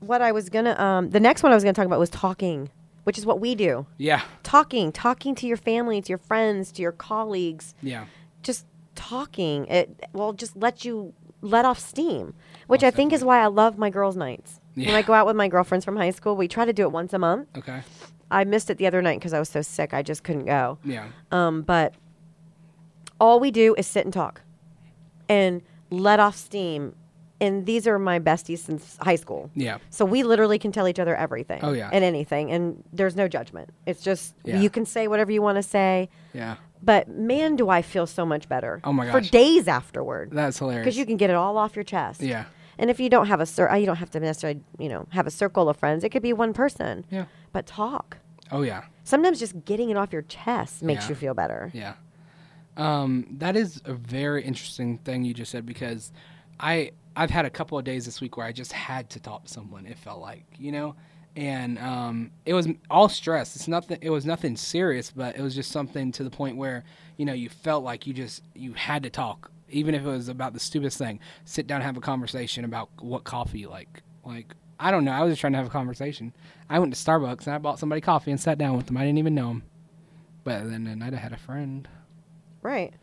S2: what I was gonna um, the next one I was gonna talk about was talking which is what we do.
S1: Yeah.
S2: Talking, talking to your family, to your friends, to your colleagues,
S1: Yeah.
S2: just talking. It will just let you let off steam, which I think is why I love my girls' nights. When
S1: Yeah.
S2: I go out with my girlfriends from high school, we try to do it once a month.
S1: Okay.
S2: I missed it the other night because I was so sick. I just couldn't go.
S1: Yeah.
S2: Um, but all we do is sit and talk and let off steam. And these are my besties since high school.
S1: Yeah.
S2: So we literally can tell each other everything.
S1: Oh, yeah.
S2: And anything. And there's no judgment. It's just
S1: Yeah.
S2: you can say whatever you want to say.
S1: Yeah.
S2: But man, do I feel so much better.
S1: Oh, my
S2: For
S1: gosh.
S2: days afterward.
S1: That's hilarious.
S2: Because you can get it all off your chest.
S1: Yeah.
S2: And if you don't have a cir- you don't have to necessarily, you know, have a circle of friends. It could be one person.
S1: Yeah.
S2: But talk
S1: Oh yeah.
S2: sometimes just getting it off your chest makes
S1: Yeah.
S2: you feel better.
S1: Yeah. Um, that is a very interesting thing you just said because I I've had a couple of days this week where I just had to talk to someone. It felt like you know, and um, it was all stress. It's nothing. It was nothing serious, but it was just something to the point where you know you felt like you just you had to talk, even if it was about the stupidest thing. Sit down, and have a conversation about what coffee you like. Like I don't know. I was just trying to have a conversation. I went to Starbucks and I bought somebody coffee and sat down with them. I didn't even know them. But then the night I had a friend.
S2: Right.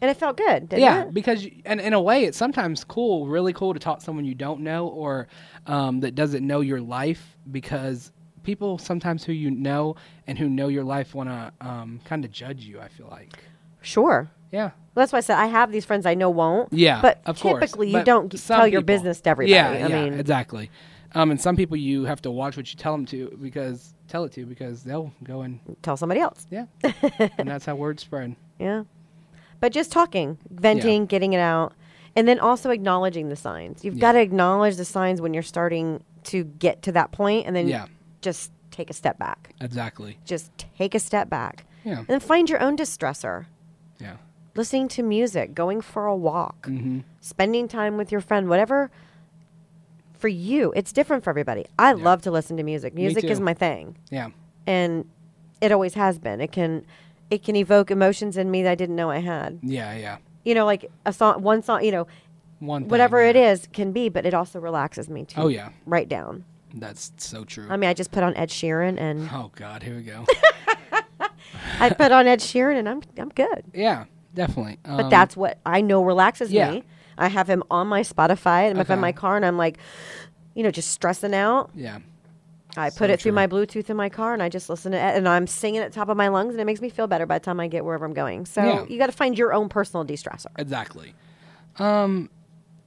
S2: And it felt good, didn't
S1: yeah,
S2: it?
S1: because you, and in a way, it's sometimes cool, really cool to talk to someone you don't know or um, that doesn't know your life because people sometimes who you know and who know your life want to um, kind of judge you. I feel like.
S2: Sure.
S1: Yeah.
S2: Well, that's why I said I have these friends I know won't.
S1: Yeah,
S2: But
S1: of course.
S2: typically you
S1: But
S2: don't g-
S1: some
S2: tell your
S1: people-
S2: business to everybody.
S1: Yeah,
S2: I
S1: yeah,
S2: mean,
S1: exactly. Um, and some people you have to watch what you tell them to because tell it to because they'll go and
S2: tell somebody else.
S1: yeah, and that's how words spread.
S2: Yeah. But just talking, venting, getting it out, and then also acknowledging the signs. You've
S1: Yeah.
S2: got to acknowledge the signs when you're starting to get to that point and then
S1: Yeah.
S2: just take a step back.
S1: Exactly.
S2: Just take a step back.
S1: Yeah.
S2: And then find your own distressor.
S1: Yeah. Mm-hmm.
S2: listening to music, going for a walk, spending time with your friend, whatever for you, it's different for everybody. I love to listen to music. Music is
S1: too.
S2: my thing.
S1: Yeah.
S2: And it always has been. It can it can evoke emotions in me that I didn't know I had.
S1: Yeah. Yeah.
S2: You know, like a song one song, you know,
S1: One. Thing,
S2: whatever
S1: yeah.
S2: it is can be, but it also relaxes me too.
S1: Oh, yeah.
S2: Right down.
S1: That's so true.
S2: I mean, I just put on Ed Sheeran and
S1: oh God, here we go.
S2: I put on Ed Sheeran and I'm I'm good.
S1: yeah, definitely. Um,
S2: But that's what I know relaxes
S1: yeah.
S2: me. I have him on my Spotify and I'm up
S1: Okay.
S2: in my car and I'm like, you know, just stressing out.
S1: yeah,
S2: I
S1: So
S2: put it
S1: true.
S2: through my Bluetooth in my car and I just listen to it and I'm singing at the top of my lungs and it makes me feel better by the time I get wherever I'm going. So
S1: Yeah.
S2: you got to find your own personal de stressor.
S1: exactly. Um,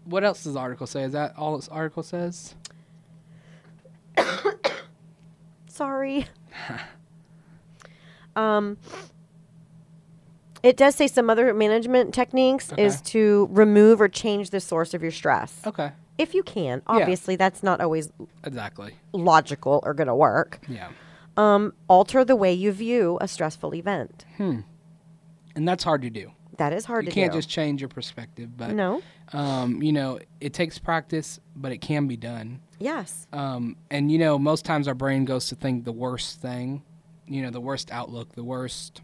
S1: what else does the article say? Is that all this article says?
S2: Sorry. um, it does say some other management techniques is
S1: Okay.
S2: to remove or change the source of your stress.
S1: Okay,
S2: If you can, obviously, that's not always
S1: exactly.
S2: logical or going to work.
S1: Yeah,
S2: um, alter the way you view a stressful event.
S1: and that's hard to do.
S2: That is hard
S1: You
S2: to
S1: can't
S2: do.
S1: just uh, change your perspective, but
S2: no.
S1: um, you know, it takes practice, but it can be done.
S2: Yes.
S1: Um, and you know, most times our brain goes to think the worst thing, you know, the worst outlook, the worst,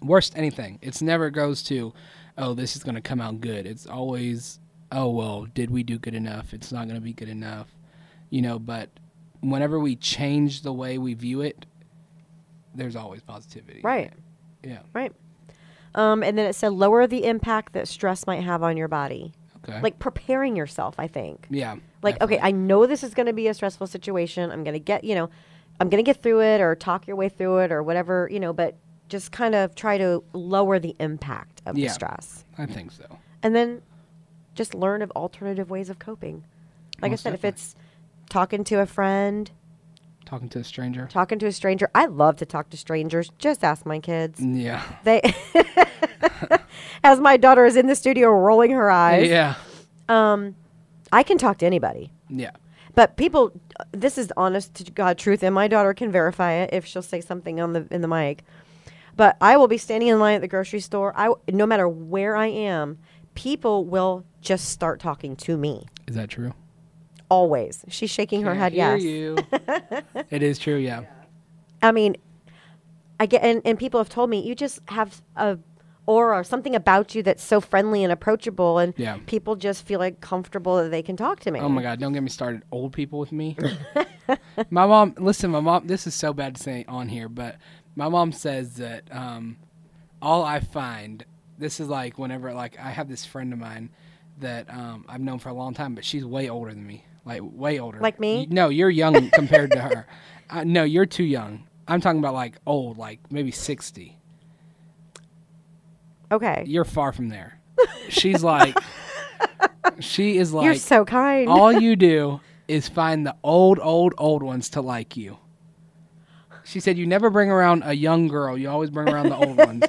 S1: worst anything. It's never goes to, oh, this is going to come out good. It's always, oh well, did we do good enough? It's not going to be good enough, you know. But whenever we change the way we view it, there's always positivity. in
S2: Right.
S1: it. Yeah.
S2: Right. Um, and then it said lower the impact that stress might have on your body.
S1: Okay.
S2: Like preparing yourself, I think.
S1: Yeah.
S2: Like, okay, I know this is going to be a stressful situation. I'm going to get, you know, I'm going to get through it or talk your way through it or whatever, you know, but just kind of try to lower the impact of
S1: Yeah.
S2: the stress.
S1: I think so.
S2: and then just learn of alternative ways of coping. Like
S1: Most
S2: I said,
S1: definitely.
S2: if it's talking to a friend,
S1: Talking to a stranger.
S2: talking to a stranger, I love to talk to strangers. Just ask my kids.
S1: Yeah.
S2: They, as my daughter is in the studio rolling her eyes,
S1: Yeah.
S2: Um, I can talk to anybody.
S1: Yeah.
S2: But people, this is honest to God truth, and my daughter can verify it if she'll say something on the in the mic. But I will be standing in line at the grocery store. I no matter where I am, people will just start talking to me.
S1: Is that true?
S2: always. She's shaking her
S1: Can't
S2: head
S1: hear
S2: yes.
S1: you. it is true. Yeah.
S2: I mean, I get and, and people have told me you just have a aura or something about you that's so friendly and approachable and
S1: Yeah.
S2: people just feel like comfortable that they can talk to me.
S1: Oh my God! Don't get me started. Old people with me. my mom, listen, my mom, this is so bad to say on here, but my mom says that um, all I find, this is like whenever, like, I have this friend of mine that um, I've known for a long time, but she's way older than me. Like, way older.
S2: Like me?
S1: You- no, you're young compared to her. Uh, no, you're too young. I'm talking about like old, like maybe 60.
S2: Okay.
S1: You're far from there. She's like, she is like,
S2: You're so kind.
S1: all you do is find the old, old, old ones to like you. She said, You never bring around a young girl, you always bring around the old ones.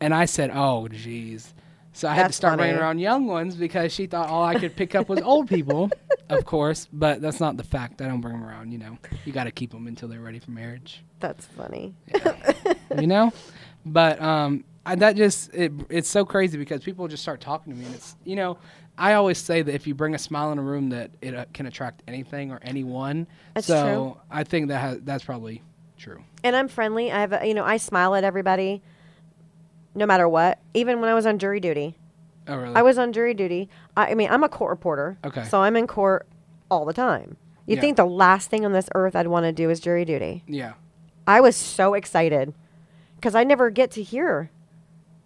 S1: And I said, Oh, jeez. So I had to
S2: That's
S1: start bringing
S2: funny.
S1: around young ones because she thought all I could pick up was old people, of course, but that's not the fact. I don't bring them around, you know. You got to keep them until they're ready for marriage
S2: That's funny.
S1: you know but um I, that just it, it's so crazy because people just start talking to me and it's you know i always say that if you bring a smile in a room that it uh, can attract anything or anyone
S2: That's
S1: so i think that has, that's probably true
S2: And I'm friendly. I have, a, you know, I smile at everybody, no matter what. Even when I was on jury duty,
S1: oh really
S2: I was on jury duty. I, I mean, I'm a court reporter.
S1: Okay.
S2: So I'm in court all the time. You'd
S1: Yeah.
S2: think the last thing on this earth I'd want to do is jury duty.
S1: yeah
S2: I was so excited because I never get to hear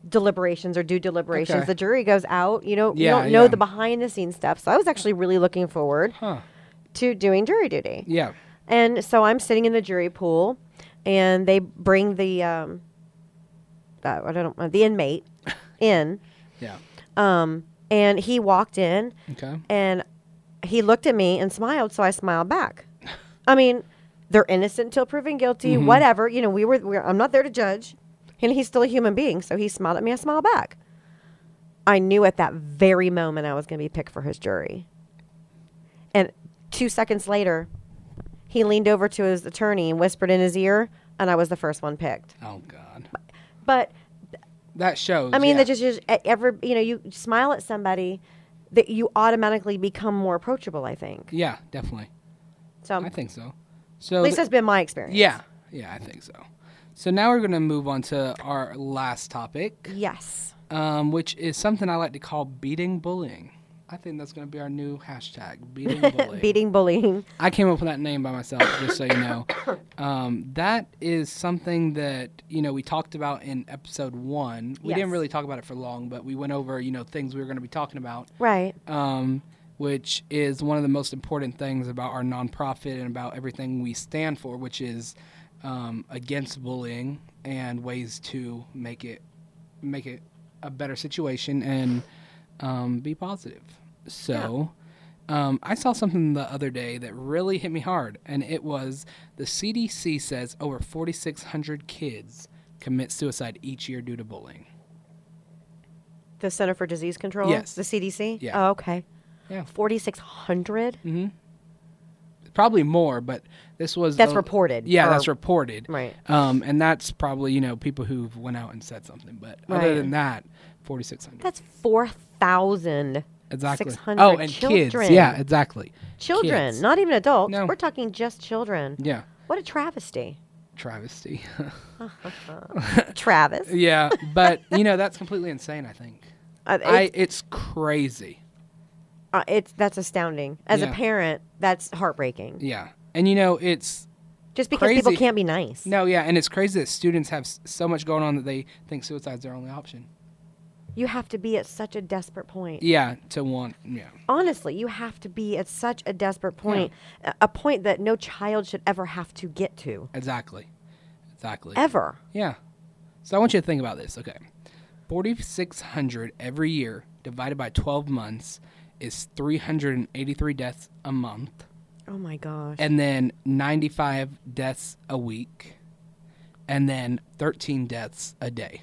S2: deliberations or do deliberations.
S1: Okay.
S2: The jury goes out, you know,
S1: Yeah,
S2: you don't know
S1: yeah.
S2: the behind the scenes stuff. So I was actually really looking forward
S1: huh
S2: to doing jury duty.
S1: yeah
S2: And so I'm sitting in the jury pool, and they bring the um, uh, I don't know, the inmate in,
S1: yeah
S2: um, and he walked in,
S1: okay
S2: and he looked at me and smiled, so I smiled back. I mean, they're innocent till proven guilty, whatever. You know, we were, we were, I'm not there to judge, and he's still a human being, so he smiled at me, I smiled back. I knew at that very moment I was going to be picked for his jury. And two seconds later, he leaned over to his attorney and whispered in his ear, and I was the first one picked.
S1: oh god
S2: But
S1: that shows
S2: I mean,
S1: yeah.
S2: that just, just ever, you know, you smile at somebody that you automatically become more approachable, I think.
S1: yeah definitely
S2: So
S1: i think so so
S2: At least
S1: th-
S2: that's been my experience.
S1: yeah yeah i think so so now we're going to move on to our last topic
S2: Yes.
S1: um, which is something I like to call beating bullying. I think that's going to be our new hashtag, beating bullying.
S2: Beating bullying.
S1: I came up with that name by myself, just so you know. Um, that is something that you know we talked about in episode one. We didn't
S2: Yes.
S1: really talk about it for long, but we went over you know things we were going to be talking about
S2: Right.
S1: um, which is one of the most important things about our nonprofit and about everything we stand for, which is um, against bullying and ways to make it make it a better situation and um, be positive. So. Um, I saw something the other day that really hit me hard, and it was the CDC says over 4,600 kids commit suicide each year due to bullying.
S2: The Center for Disease Control.
S1: Yes.
S2: The CDC.
S1: Yeah.
S2: Oh, okay.
S1: Yeah. Mm,
S2: Forty six hundred.
S1: probably more, but this was
S2: That's
S1: the-
S2: reported,
S1: oh, Yeah,
S2: or-
S1: that's reported.
S2: Right.
S1: Um, and that's probably you know people who've went out and said something, but
S2: Right.
S1: other than that, forty six hundred
S2: That's four thousand.
S1: exactly.
S2: 600
S1: Oh, and
S2: children.
S1: kids. Yeah, exactly.
S2: Children,
S1: Kids.
S2: not even adults.
S1: No.
S2: We're talking just children.
S1: Yeah,
S2: What a travesty.
S1: travesty.
S2: Uh, Travis.
S1: yeah, but you know that's completely insane. I think
S2: Uh, it's,
S1: I it's crazy.
S2: uh, it's that's astounding. As a
S1: Yeah.
S2: parent, that's heartbreaking.
S1: Yeah, and you know it's
S2: Just because people
S1: Crazy.
S2: can't be nice.
S1: no, yeah, and it's crazy that students have s- so much going on that they think suicide's their only option.
S2: You have to be at such a desperate point.
S1: Yeah, to want. Yeah,
S2: honestly, you have to be at such a desperate point, a- a point that no child should ever have to get to,
S1: exactly, exactly.
S2: ever.
S1: Yeah. So I want you to think about this. Okay. 4,600 every year divided by 12 months is 383 deaths a month,
S2: Oh my gosh.
S1: and then 95 deaths a week, and then 13 deaths a day.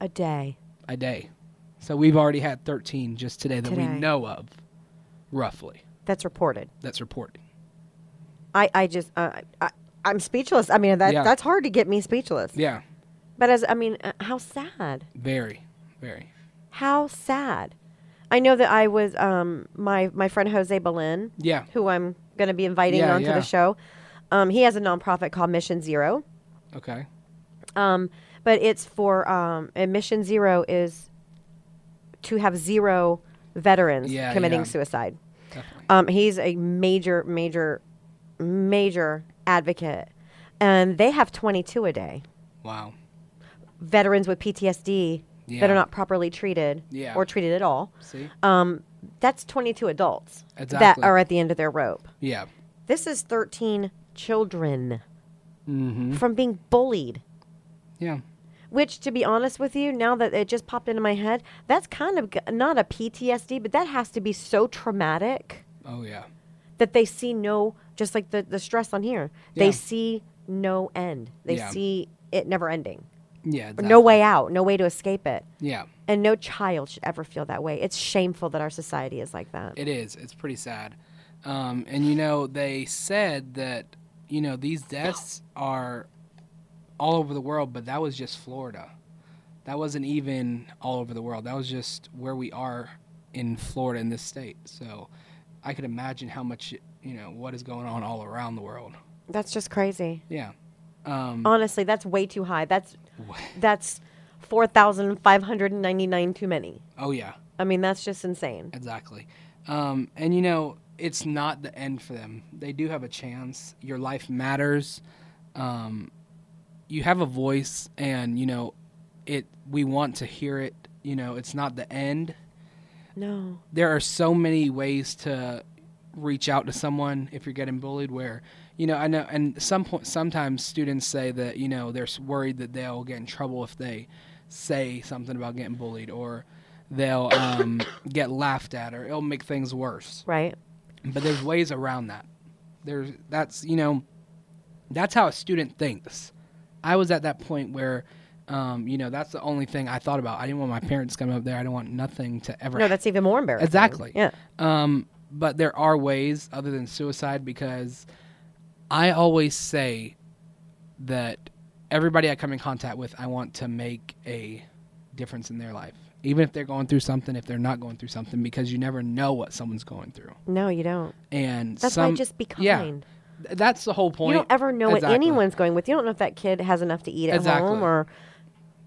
S2: a day.
S1: A day. So we've already had 13 just today that we
S2: Today.
S1: know of, roughly,
S2: That's reported.
S1: that's reported.
S2: I, I just, uh, I, I'm speechless. I mean, that,
S1: Yeah.
S2: that's hard to get me speechless.
S1: Yeah.
S2: But as, I mean, uh, how sad.
S1: Very, very.
S2: How sad. I know that I was, um, my, my friend Jose Belin,
S1: Yeah.
S2: who I'm going to be inviting
S1: Yeah,
S2: onto
S1: yeah.
S2: the show. Um, he has a nonprofit called Mission Zero.
S1: Okay.
S2: Um, but it's for um, admission zero is to have zero veterans
S1: Yeah,
S2: committing
S1: yeah.
S2: suicide.
S1: Definitely.
S2: Um, he's a major, major, major advocate, and they have 22 a day.
S1: Wow.
S2: Veterans with PTSD that
S1: Yeah.
S2: are not properly treated
S1: Yeah.
S2: or treated at all.
S1: See?
S2: Um, that's 22 adults
S1: Exactly.
S2: that are at the end of their rope.
S1: Yeah.
S2: This is 13 children
S1: Mm-hmm.
S2: from being bullied.
S1: Yeah.
S2: Which, to be honest with you, now that it just popped into my head, that's kind of g- not a PTSD, but that has to be so traumatic
S1: Oh yeah.
S2: that they see no, just like the, the stress on here,
S1: Yeah.
S2: they see no end. They
S1: Yeah.
S2: see it never ending,
S1: Yeah.
S2: or
S1: Exactly.
S2: no way out, no way to escape it.
S1: Yeah.
S2: And no child should ever feel that way. It's shameful that our society is like that.
S1: It is. It's pretty sad. Um, and you know, they said that you know these deaths are all over the world, but that was just Florida. That wasn't even all over the world. That was just where we are in Florida in this state. So I could imagine how much you know what is going on all around the world.
S2: That's just crazy.
S1: Yeah. Um,
S2: Honestly, that's way too high. That's that's 4,599 too many.
S1: oh yeah.
S2: I mean, that's just insane.
S1: Exactly. Um, and you know, it's not the end for them. They do have a chance. Your life matters. Um, you have a voice, and you know, it. We want to hear it. You know, it's not the end.
S2: No.
S1: There are so many ways to reach out to someone if you're getting bullied. Where you know, I know, and some point, sometimes students say that you know they're s- worried that they'll get in trouble if they say something about getting bullied or. They'll um, get laughed at, or it'll make things worse
S2: Right?
S1: but there's ways around that there's that's you know that's how a student thinks i was at that point where um, you know that's the only thing i thought about i didn't want my parents coming up there i didn't want nothing to ever
S2: No, that's even more embarrassing.
S1: Exactly.
S2: Yeah.
S1: Um, but there are ways other than suicide because I always say that everybody I come in contact with, I want to make a difference in their life. Even if they're going through something, if they're not going through something, because you never know what someone's going through.
S2: No, you don't.
S1: And
S2: That's why
S1: some,
S2: just be
S1: Yeah,
S2: kind.
S1: Th- that's the whole point.
S2: You don't ever know
S1: Exactly.
S2: what anyone's going with. You don't know if that kid has enough to eat at
S1: Exactly.
S2: home or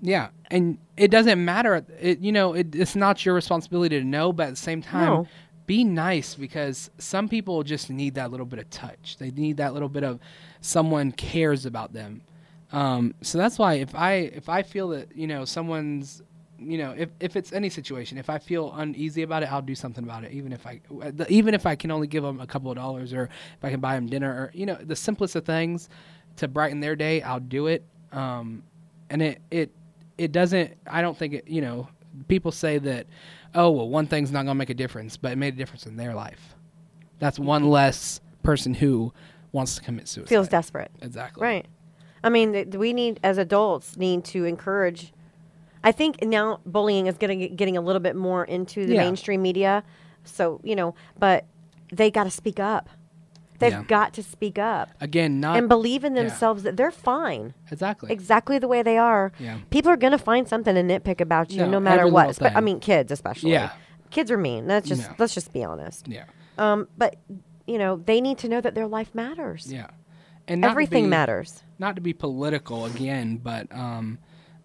S1: Yeah, and it doesn't matter. It you know it, it's not your responsibility to know, but at the same time,
S2: No.
S1: be nice because some people just need that little bit of touch. They need that little bit of someone cares about them. Um, so that's why if I if I feel that you know someone's you know if, if it's any situation if I feel uneasy about it I'll do something about it even if I even if I can only give them a couple of dollars or if I can buy them dinner or you know the simplest of things to brighten their day I'll do it um, and it it it doesn't i don't think it you know people say that oh well one thing's not going to make a difference but it made a difference in their life that's one less person who wants to commit suicide
S2: Mm-hmm. feels desperate.
S1: exactly
S2: Right. I mean, th- we need as adults need to encourage. I think now bullying is getting getting a little bit more into the
S1: Yeah.
S2: mainstream media, so you know, but they got to speak up. They've
S1: Yeah.
S2: got to speak up
S1: again not
S2: and believe in
S1: yeah.
S2: themselves that they're fine.
S1: exactly
S2: exactly the way they are.
S1: Yeah.
S2: People are gonna find something to nitpick about you,
S1: No,
S2: no, matter
S1: every
S2: what.
S1: little
S2: Spe- I
S1: thing.
S2: mean, kids especially.
S1: Yeah.
S2: Kids are mean. That's just
S1: No.
S2: let's just be honest.
S1: yeah
S2: Um, but you know, they need to know that their life matters.
S1: yeah and not to
S2: Everything
S1: be-
S2: matters.
S1: not to be political again, but um,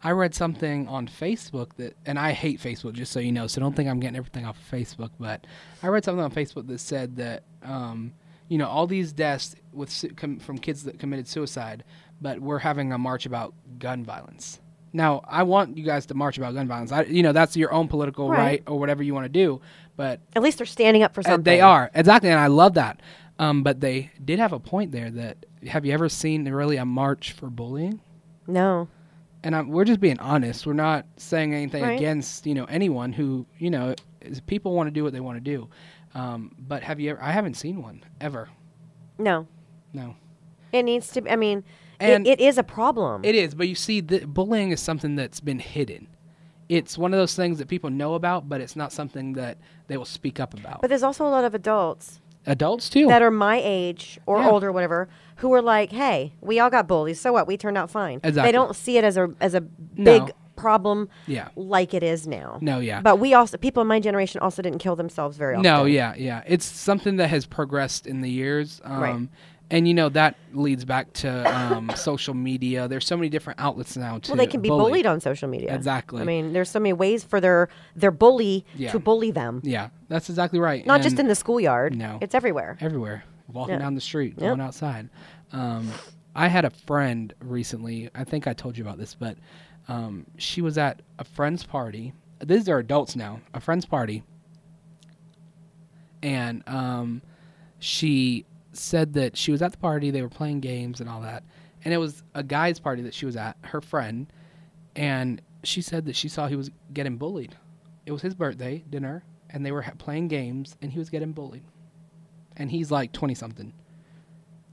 S1: I read something on Facebook that, and I hate Facebook, just so you know, so don't think I'm getting everything off of Facebook, but I read something on Facebook that said that, um, you know, all these deaths with su- com- from kids that committed suicide, but we're having a march about gun violence. Now, I want you guys to march about gun violence. I, you know, that's your own political
S2: Right.
S1: right or whatever you want to do, but
S2: At least they're standing up for
S1: uh,
S2: something.
S1: They are exactly, and I love that. Um, but they did have a point there that have you ever seen really a march for bullying?
S2: No.
S1: And I'm, we're just being honest. We're not saying anything
S2: Right.
S1: against you know anyone who you know is- people want to do what they want to do. Um, but have you ever? I haven't seen one ever.
S2: No.
S1: No,
S2: It needs to. be I mean,
S1: And-
S2: it, it is a problem.
S1: it is. But you see, the, bullying is something that's been hidden. It's one of those things that people know about, but it's not something that they will speak up about.
S2: but there's also a lot of adults
S1: Adults too.
S2: that are my age or
S1: Yeah.
S2: older, whatever, who are like, "Hey, we all got bullies. So what? We turned out fine."
S1: Exactly.
S2: They don't see it as a as a
S1: No.
S2: big problem,
S1: Yeah.
S2: like it is now.
S1: No, yeah.
S2: But we also people in my generation also didn't kill themselves very often.
S1: No, yeah, yeah. It's something that has progressed in the years. Um,
S2: Right.
S1: And you know that leads back to um, social media. There's so many different outlets now. To
S2: Well, they can be
S1: bully.
S2: bullied on social media.
S1: Exactly.
S2: I mean, there's so many ways for their their bully
S1: Yeah.
S2: to bully them.
S1: Yeah, that's exactly right.
S2: Not just
S1: And
S2: in the schoolyard.
S1: No.
S2: it's everywhere.
S1: everywhere. walking
S2: Yeah.
S1: down the street,
S2: Yep.
S1: going outside. Um, I had a friend recently. I think I told you about this, but um, she was at a friend's party. These are adults now. A friend's party, and um, she said that she was at the party. They were playing games and all that, and it was a guy's party that she was at. Her friend, and she said that she saw he was getting bullied. It was his birthday dinner, and they were ha- playing games, and he was getting bullied. And he's like twenty something,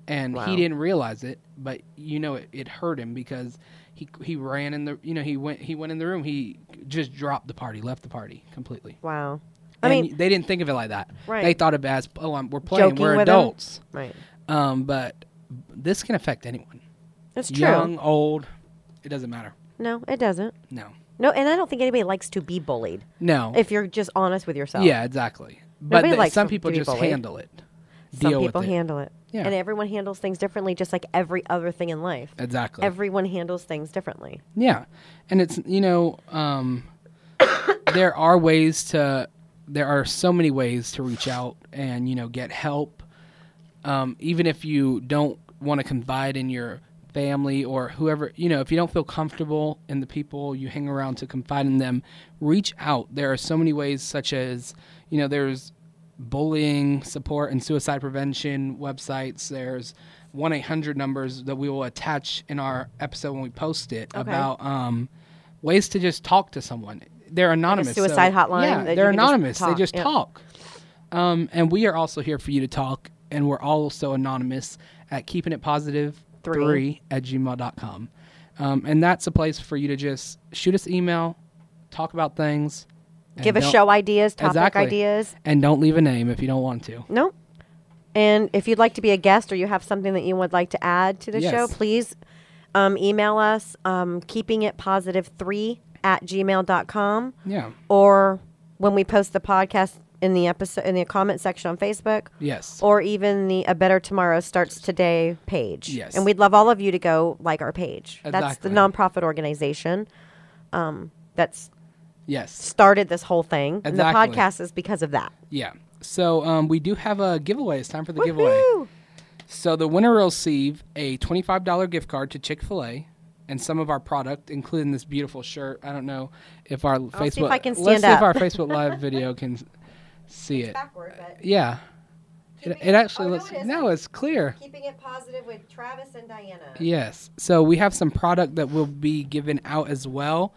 S1: and
S2: Wow.
S1: he didn't realize it, but you know it, it hurt him because he he ran in the you know he went he went in the room he just dropped the party left the party completely.
S2: Wow. I
S1: and
S2: mean,
S1: they didn't think of it like that.
S2: Right.
S1: They thought of it as oh I'm, we're playing
S2: Joking
S1: we're
S2: with 'em?
S1: adults,
S2: right.
S1: um, but this can affect anyone,
S2: That's true.
S1: young old, it doesn't matter.
S2: No, it doesn't.
S1: No.
S2: No, and I don't think anybody likes to be bullied.
S1: No.
S2: If you're just honest with yourself.
S1: Yeah, exactly. But
S2: Nobody
S1: th-
S2: likes
S1: some
S2: to
S1: people
S2: be
S1: just
S2: bullied.
S1: handle it.
S2: Some
S1: deal
S2: people
S1: with it.
S2: handle it.
S1: Yeah.
S2: And everyone handles things differently, just like every other thing in life.
S1: Exactly.
S2: Everyone handles things differently.
S1: yeah, and it's you know, um, there are ways to. There are so many ways to reach out and you know get help. Um, even if you don't want to confide in your family or whoever, you know, if you don't feel comfortable in the people you hang around to confide in them, reach out. There are so many ways, such as you know, there's bullying support and suicide prevention websites. There's 1 800 numbers that we will attach in our episode when we post it about um, ways to just talk to someone. They're anonymous. so-
S2: suicide hotline
S1: Yeah,
S2: that you
S1: they're
S2: can just
S1: anonymous.
S2: talk,
S1: They just
S2: yeah.
S1: talk. Um, and we are also here for you to talk. And we're also anonymous at keeping it positive
S2: Three.
S1: three at gmail.com. Um, and that's a place for you to just shoot us email, talk about things, and
S2: Give us
S1: don't-
S2: show ideas, topic
S1: Exactly.
S2: ideas.
S1: and don't leave a name if you don't want to.
S2: No. And if you'd like to be a guest or you have something that you would like to add to the show,
S1: Yes.
S2: please um, email us um, keeping it positive three at gmail.com
S1: Yeah.
S2: or when we post the podcast in the episode in the comment section on Facebook
S1: Yes.
S2: or even the A Better Tomorrow Starts Today page.
S1: Yes.
S2: And we'd love all of you to go like our page. That's the
S1: Exactly.
S2: nonprofit organization um, that's
S1: yes.
S2: started this whole thing. And the
S1: Exactly.
S2: podcast is because of that.
S1: Yeah. So um, we do have a giveaway. It's time for the giveaway.
S2: Woo!
S1: So the winner will receive a twenty-five dollar gift card to Chick Fil A and some of our product, including this beautiful shirt. I don't know if our Facebook.
S2: see if I can
S1: let's
S2: stand
S1: see if
S2: up.
S1: our Facebook live video can s- see it.
S2: Backward, but
S1: Yeah. It,
S2: we-
S1: it actually
S2: oh, no,
S1: looks.
S2: it isn't.
S1: no, it's clear.
S2: keeping it positive with Travis and Diana.
S1: Yes. So we have some product that will be given out as well.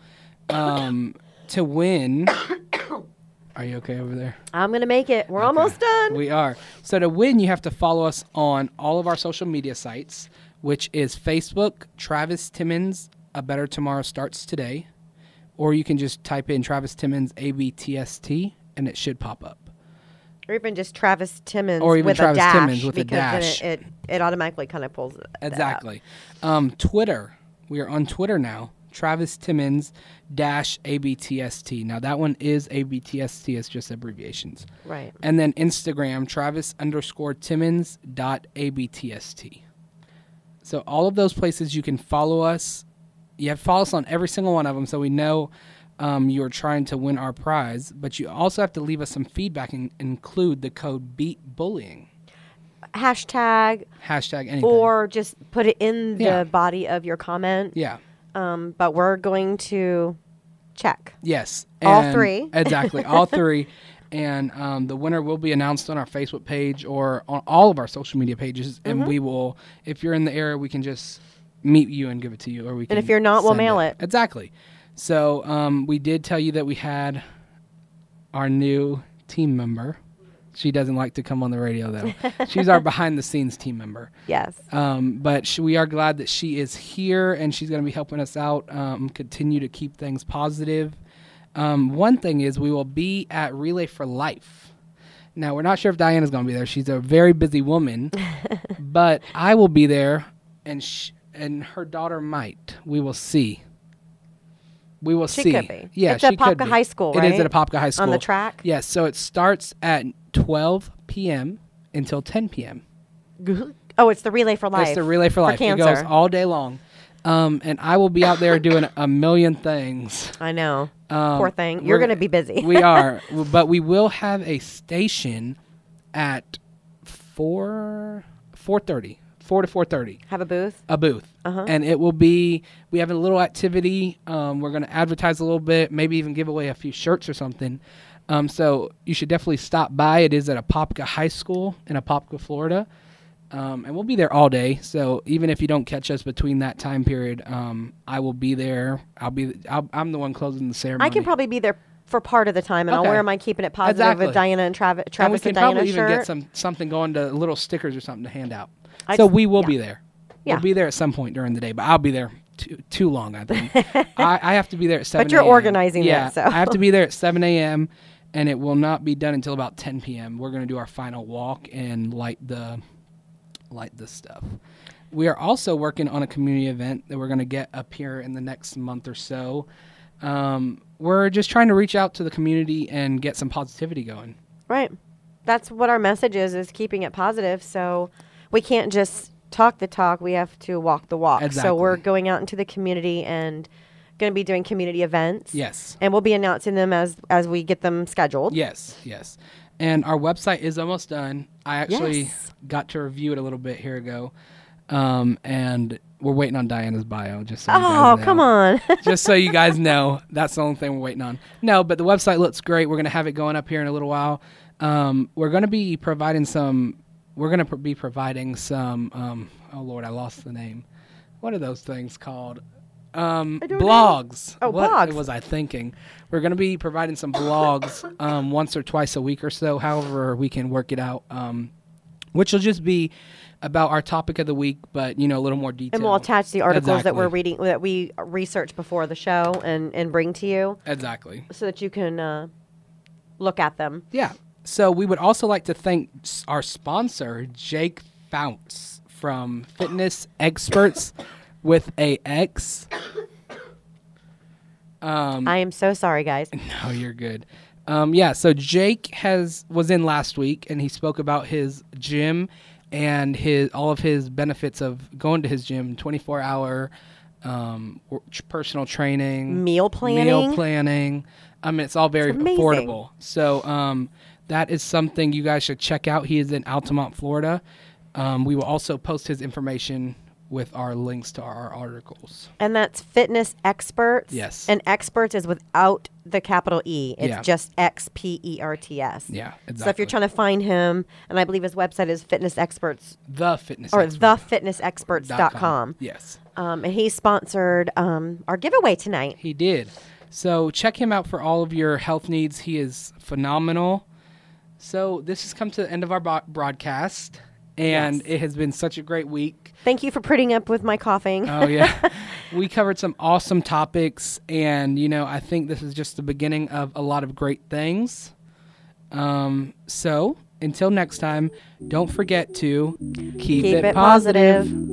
S1: Um, to win. Are you okay over there?
S2: I'm gonna make it. We're almost done.
S1: We are. So to win, you have to follow us on all of our social media sites, which is Facebook, Travis Timmons, A Better Tomorrow Starts Today. Or you can just type in Travis Timmons A B T S T and it should pop up.
S2: or even just Travis Timmons
S1: Or even
S2: with
S1: Travis
S2: a dash
S1: Timmons with a
S2: because then
S1: dash.
S2: It, it it automatically kind of pulls it up.
S1: Exactly. Um, Twitter. We are on Twitter now. Travis Timmons dash ABTST. Now that one is ABTST. It's just abbreviations.
S2: Right.
S1: And then Instagram, Travis underscore Timmons dot ABTST. So all of those places you can follow us. You have to follow us on every single one of them, so we know um, you are trying to win our prize. But you also have to leave us some feedback and include the code beat bullying
S2: Hashtag
S1: hashtag anything
S2: or just put it in the
S1: Yeah.
S2: body of your comment.
S1: yeah.
S2: Um, but we're going to check.
S1: Yes.
S2: All
S1: and-
S2: three.
S1: Exactly. All three. And um, the winner will be announced on our Facebook page or on all of our social media pages.
S2: Mm-hmm.
S1: And we will, if you're in the area, we can just meet you and give it to you. Or we can
S2: if you're not, we'll
S1: send
S2: mail it.
S1: Exactly. So um, we did tell you that we had our new team member. She doesn't like to come on the radio, though. She's our behind the scenes team member.
S2: Yes.
S1: Um, but sh we are glad that she is here and she's going to be helping us out, um, continue to keep things positive. Um, one thing is, we will be at Relay for Life. Now, we're not sure if Diana's going to be there. She's a very busy woman, but I will be there and sh- and her daughter might. We will see. We will
S2: She
S1: see.
S2: could be.
S1: Yeah,
S2: It's at
S1: she could
S2: Apopka
S1: be.
S2: High School,
S1: It is
S2: right?
S1: at Apopka High School.
S2: On the track?
S1: Yes, so it starts at 12 p.m. until 10 p.m.
S2: oh, it's the relay for life.
S1: It's the Relay for Life. it
S2: cancer.
S1: goes all day long. Um, and I will be out there doing a million things. Um,
S2: I know. Poor thing. You're
S1: We're-
S2: gonna be busy.
S1: we are. But we will have a station at four four thirty, four to four thirty
S2: Have a booth.
S1: a booth,
S2: Uh-huh.
S1: and it will be. We have a little activity. Um, we're going to advertise a little bit, maybe even give away a few shirts or something. Um, so you should definitely stop by. It is at Apopka High School in Apopka, Florida, um, and we'll be there all day. So even if you don't catch us between that time period, um, I will be there. I'll be. I'll, I'm the one closing the ceremony.
S2: I can probably be there for part of the time, and I'll
S1: Okay.
S2: wear my keeping it positive
S1: Exactly.
S2: with Diana and Trav-
S1: and we
S2: Travis
S1: can
S2: and, Diana
S1: probably
S2: shirt.
S1: even get some something going to little stickers or something to hand out.
S2: I
S1: so
S2: just-
S1: we will
S2: yeah.
S1: be there.
S2: Yeah.
S1: We'll be there at some point during the day, but I'll be there too, too long. I think I, I have to be there at seven.
S2: you're
S1: a.m..
S2: organizing that,
S1: yeah,
S2: so.
S1: I have to be there at seven a.m. and it will not be done until about ten p.m. We're going to do our final walk and light the light the stuff. We are also working on a community event that we're going to get up here in the next month or so. Um, we're just trying to reach out to the community and get some positivity going.
S2: Right. That's what our message is: is keeping it positive. So we can't just talk the talk; we have to walk the walk.
S1: Exactly.
S2: So we're going out into the community and going to be doing community events.
S1: Yes.
S2: And we'll be announcing them as as we get them scheduled.
S1: Yes, yes. And our website is almost done. I actually
S2: Yes.
S1: got to review it a little bit here ago. Um, and we're waiting on Diana's bio just so you guys
S2: Oh,
S1: know.
S2: come on.
S1: just so you guys know, that's the only thing we're waiting on. No, but the website looks great. We're going to have it going up here in a little while. Um, we're going to be providing some. We're going to pr- be providing some. Um, oh Lord, I lost the name. What are those things called? Um,
S2: don't know.
S1: blogs.
S2: Oh,
S1: what
S2: blogs.
S1: was I thinking? We're going to be providing some blogs um, once or twice a week or so. However, we can work it out. Um, which will just be about our topic of the week, but you know a little more detail.
S2: and we'll attach the articles that we're
S1: Exactly.
S2: reading that we research before the show and and bring to you
S1: Exactly.
S2: so that you can uh, look at them.
S1: Yeah. So we would also like to thank s- our sponsor, Jake Founts from Fitness Experts with a X.
S2: I am so sorry, guys.
S1: No, Oh, you're good. Um, yeah. So Jake has was in last week, and he spoke about his gym and his all of his benefits of going to his gym, 24 hour um, w- tr- personal training,
S2: Meal
S1: meal
S2: planning.
S1: planning. I mean, it's all very
S2: amazing.
S1: affordable. So um, that is something you guys should check out. He is in Altamont, Florida. Um, we will also post his information with our links to our articles.
S2: And that's fitness experts.
S1: Yes.
S2: And experts is without the capital E. It's
S1: Yeah.
S2: just X P E R T S.
S1: Yeah,
S2: So if
S1: exactly.
S2: you're trying to find him, and I believe his website is fitness experts
S1: The fitness
S2: or
S1: Expert dot
S2: thefitnessexperts.com.
S1: Yes.
S2: Um, and he sponsored um, our giveaway tonight.
S1: He did. So check him out for all of your health needs. He is phenomenal. So this has come to the end of our bo- broadcast, and
S2: Yes.
S1: it has been such a great week.
S2: Thank you for putting up with my coughing.
S1: Oh yeah, we covered some awesome topics, and you know I think this is just the beginning of a lot of great things. Um, so until next time, don't forget to keep,
S2: Keep
S1: it,
S2: it
S1: positive.
S2: positive.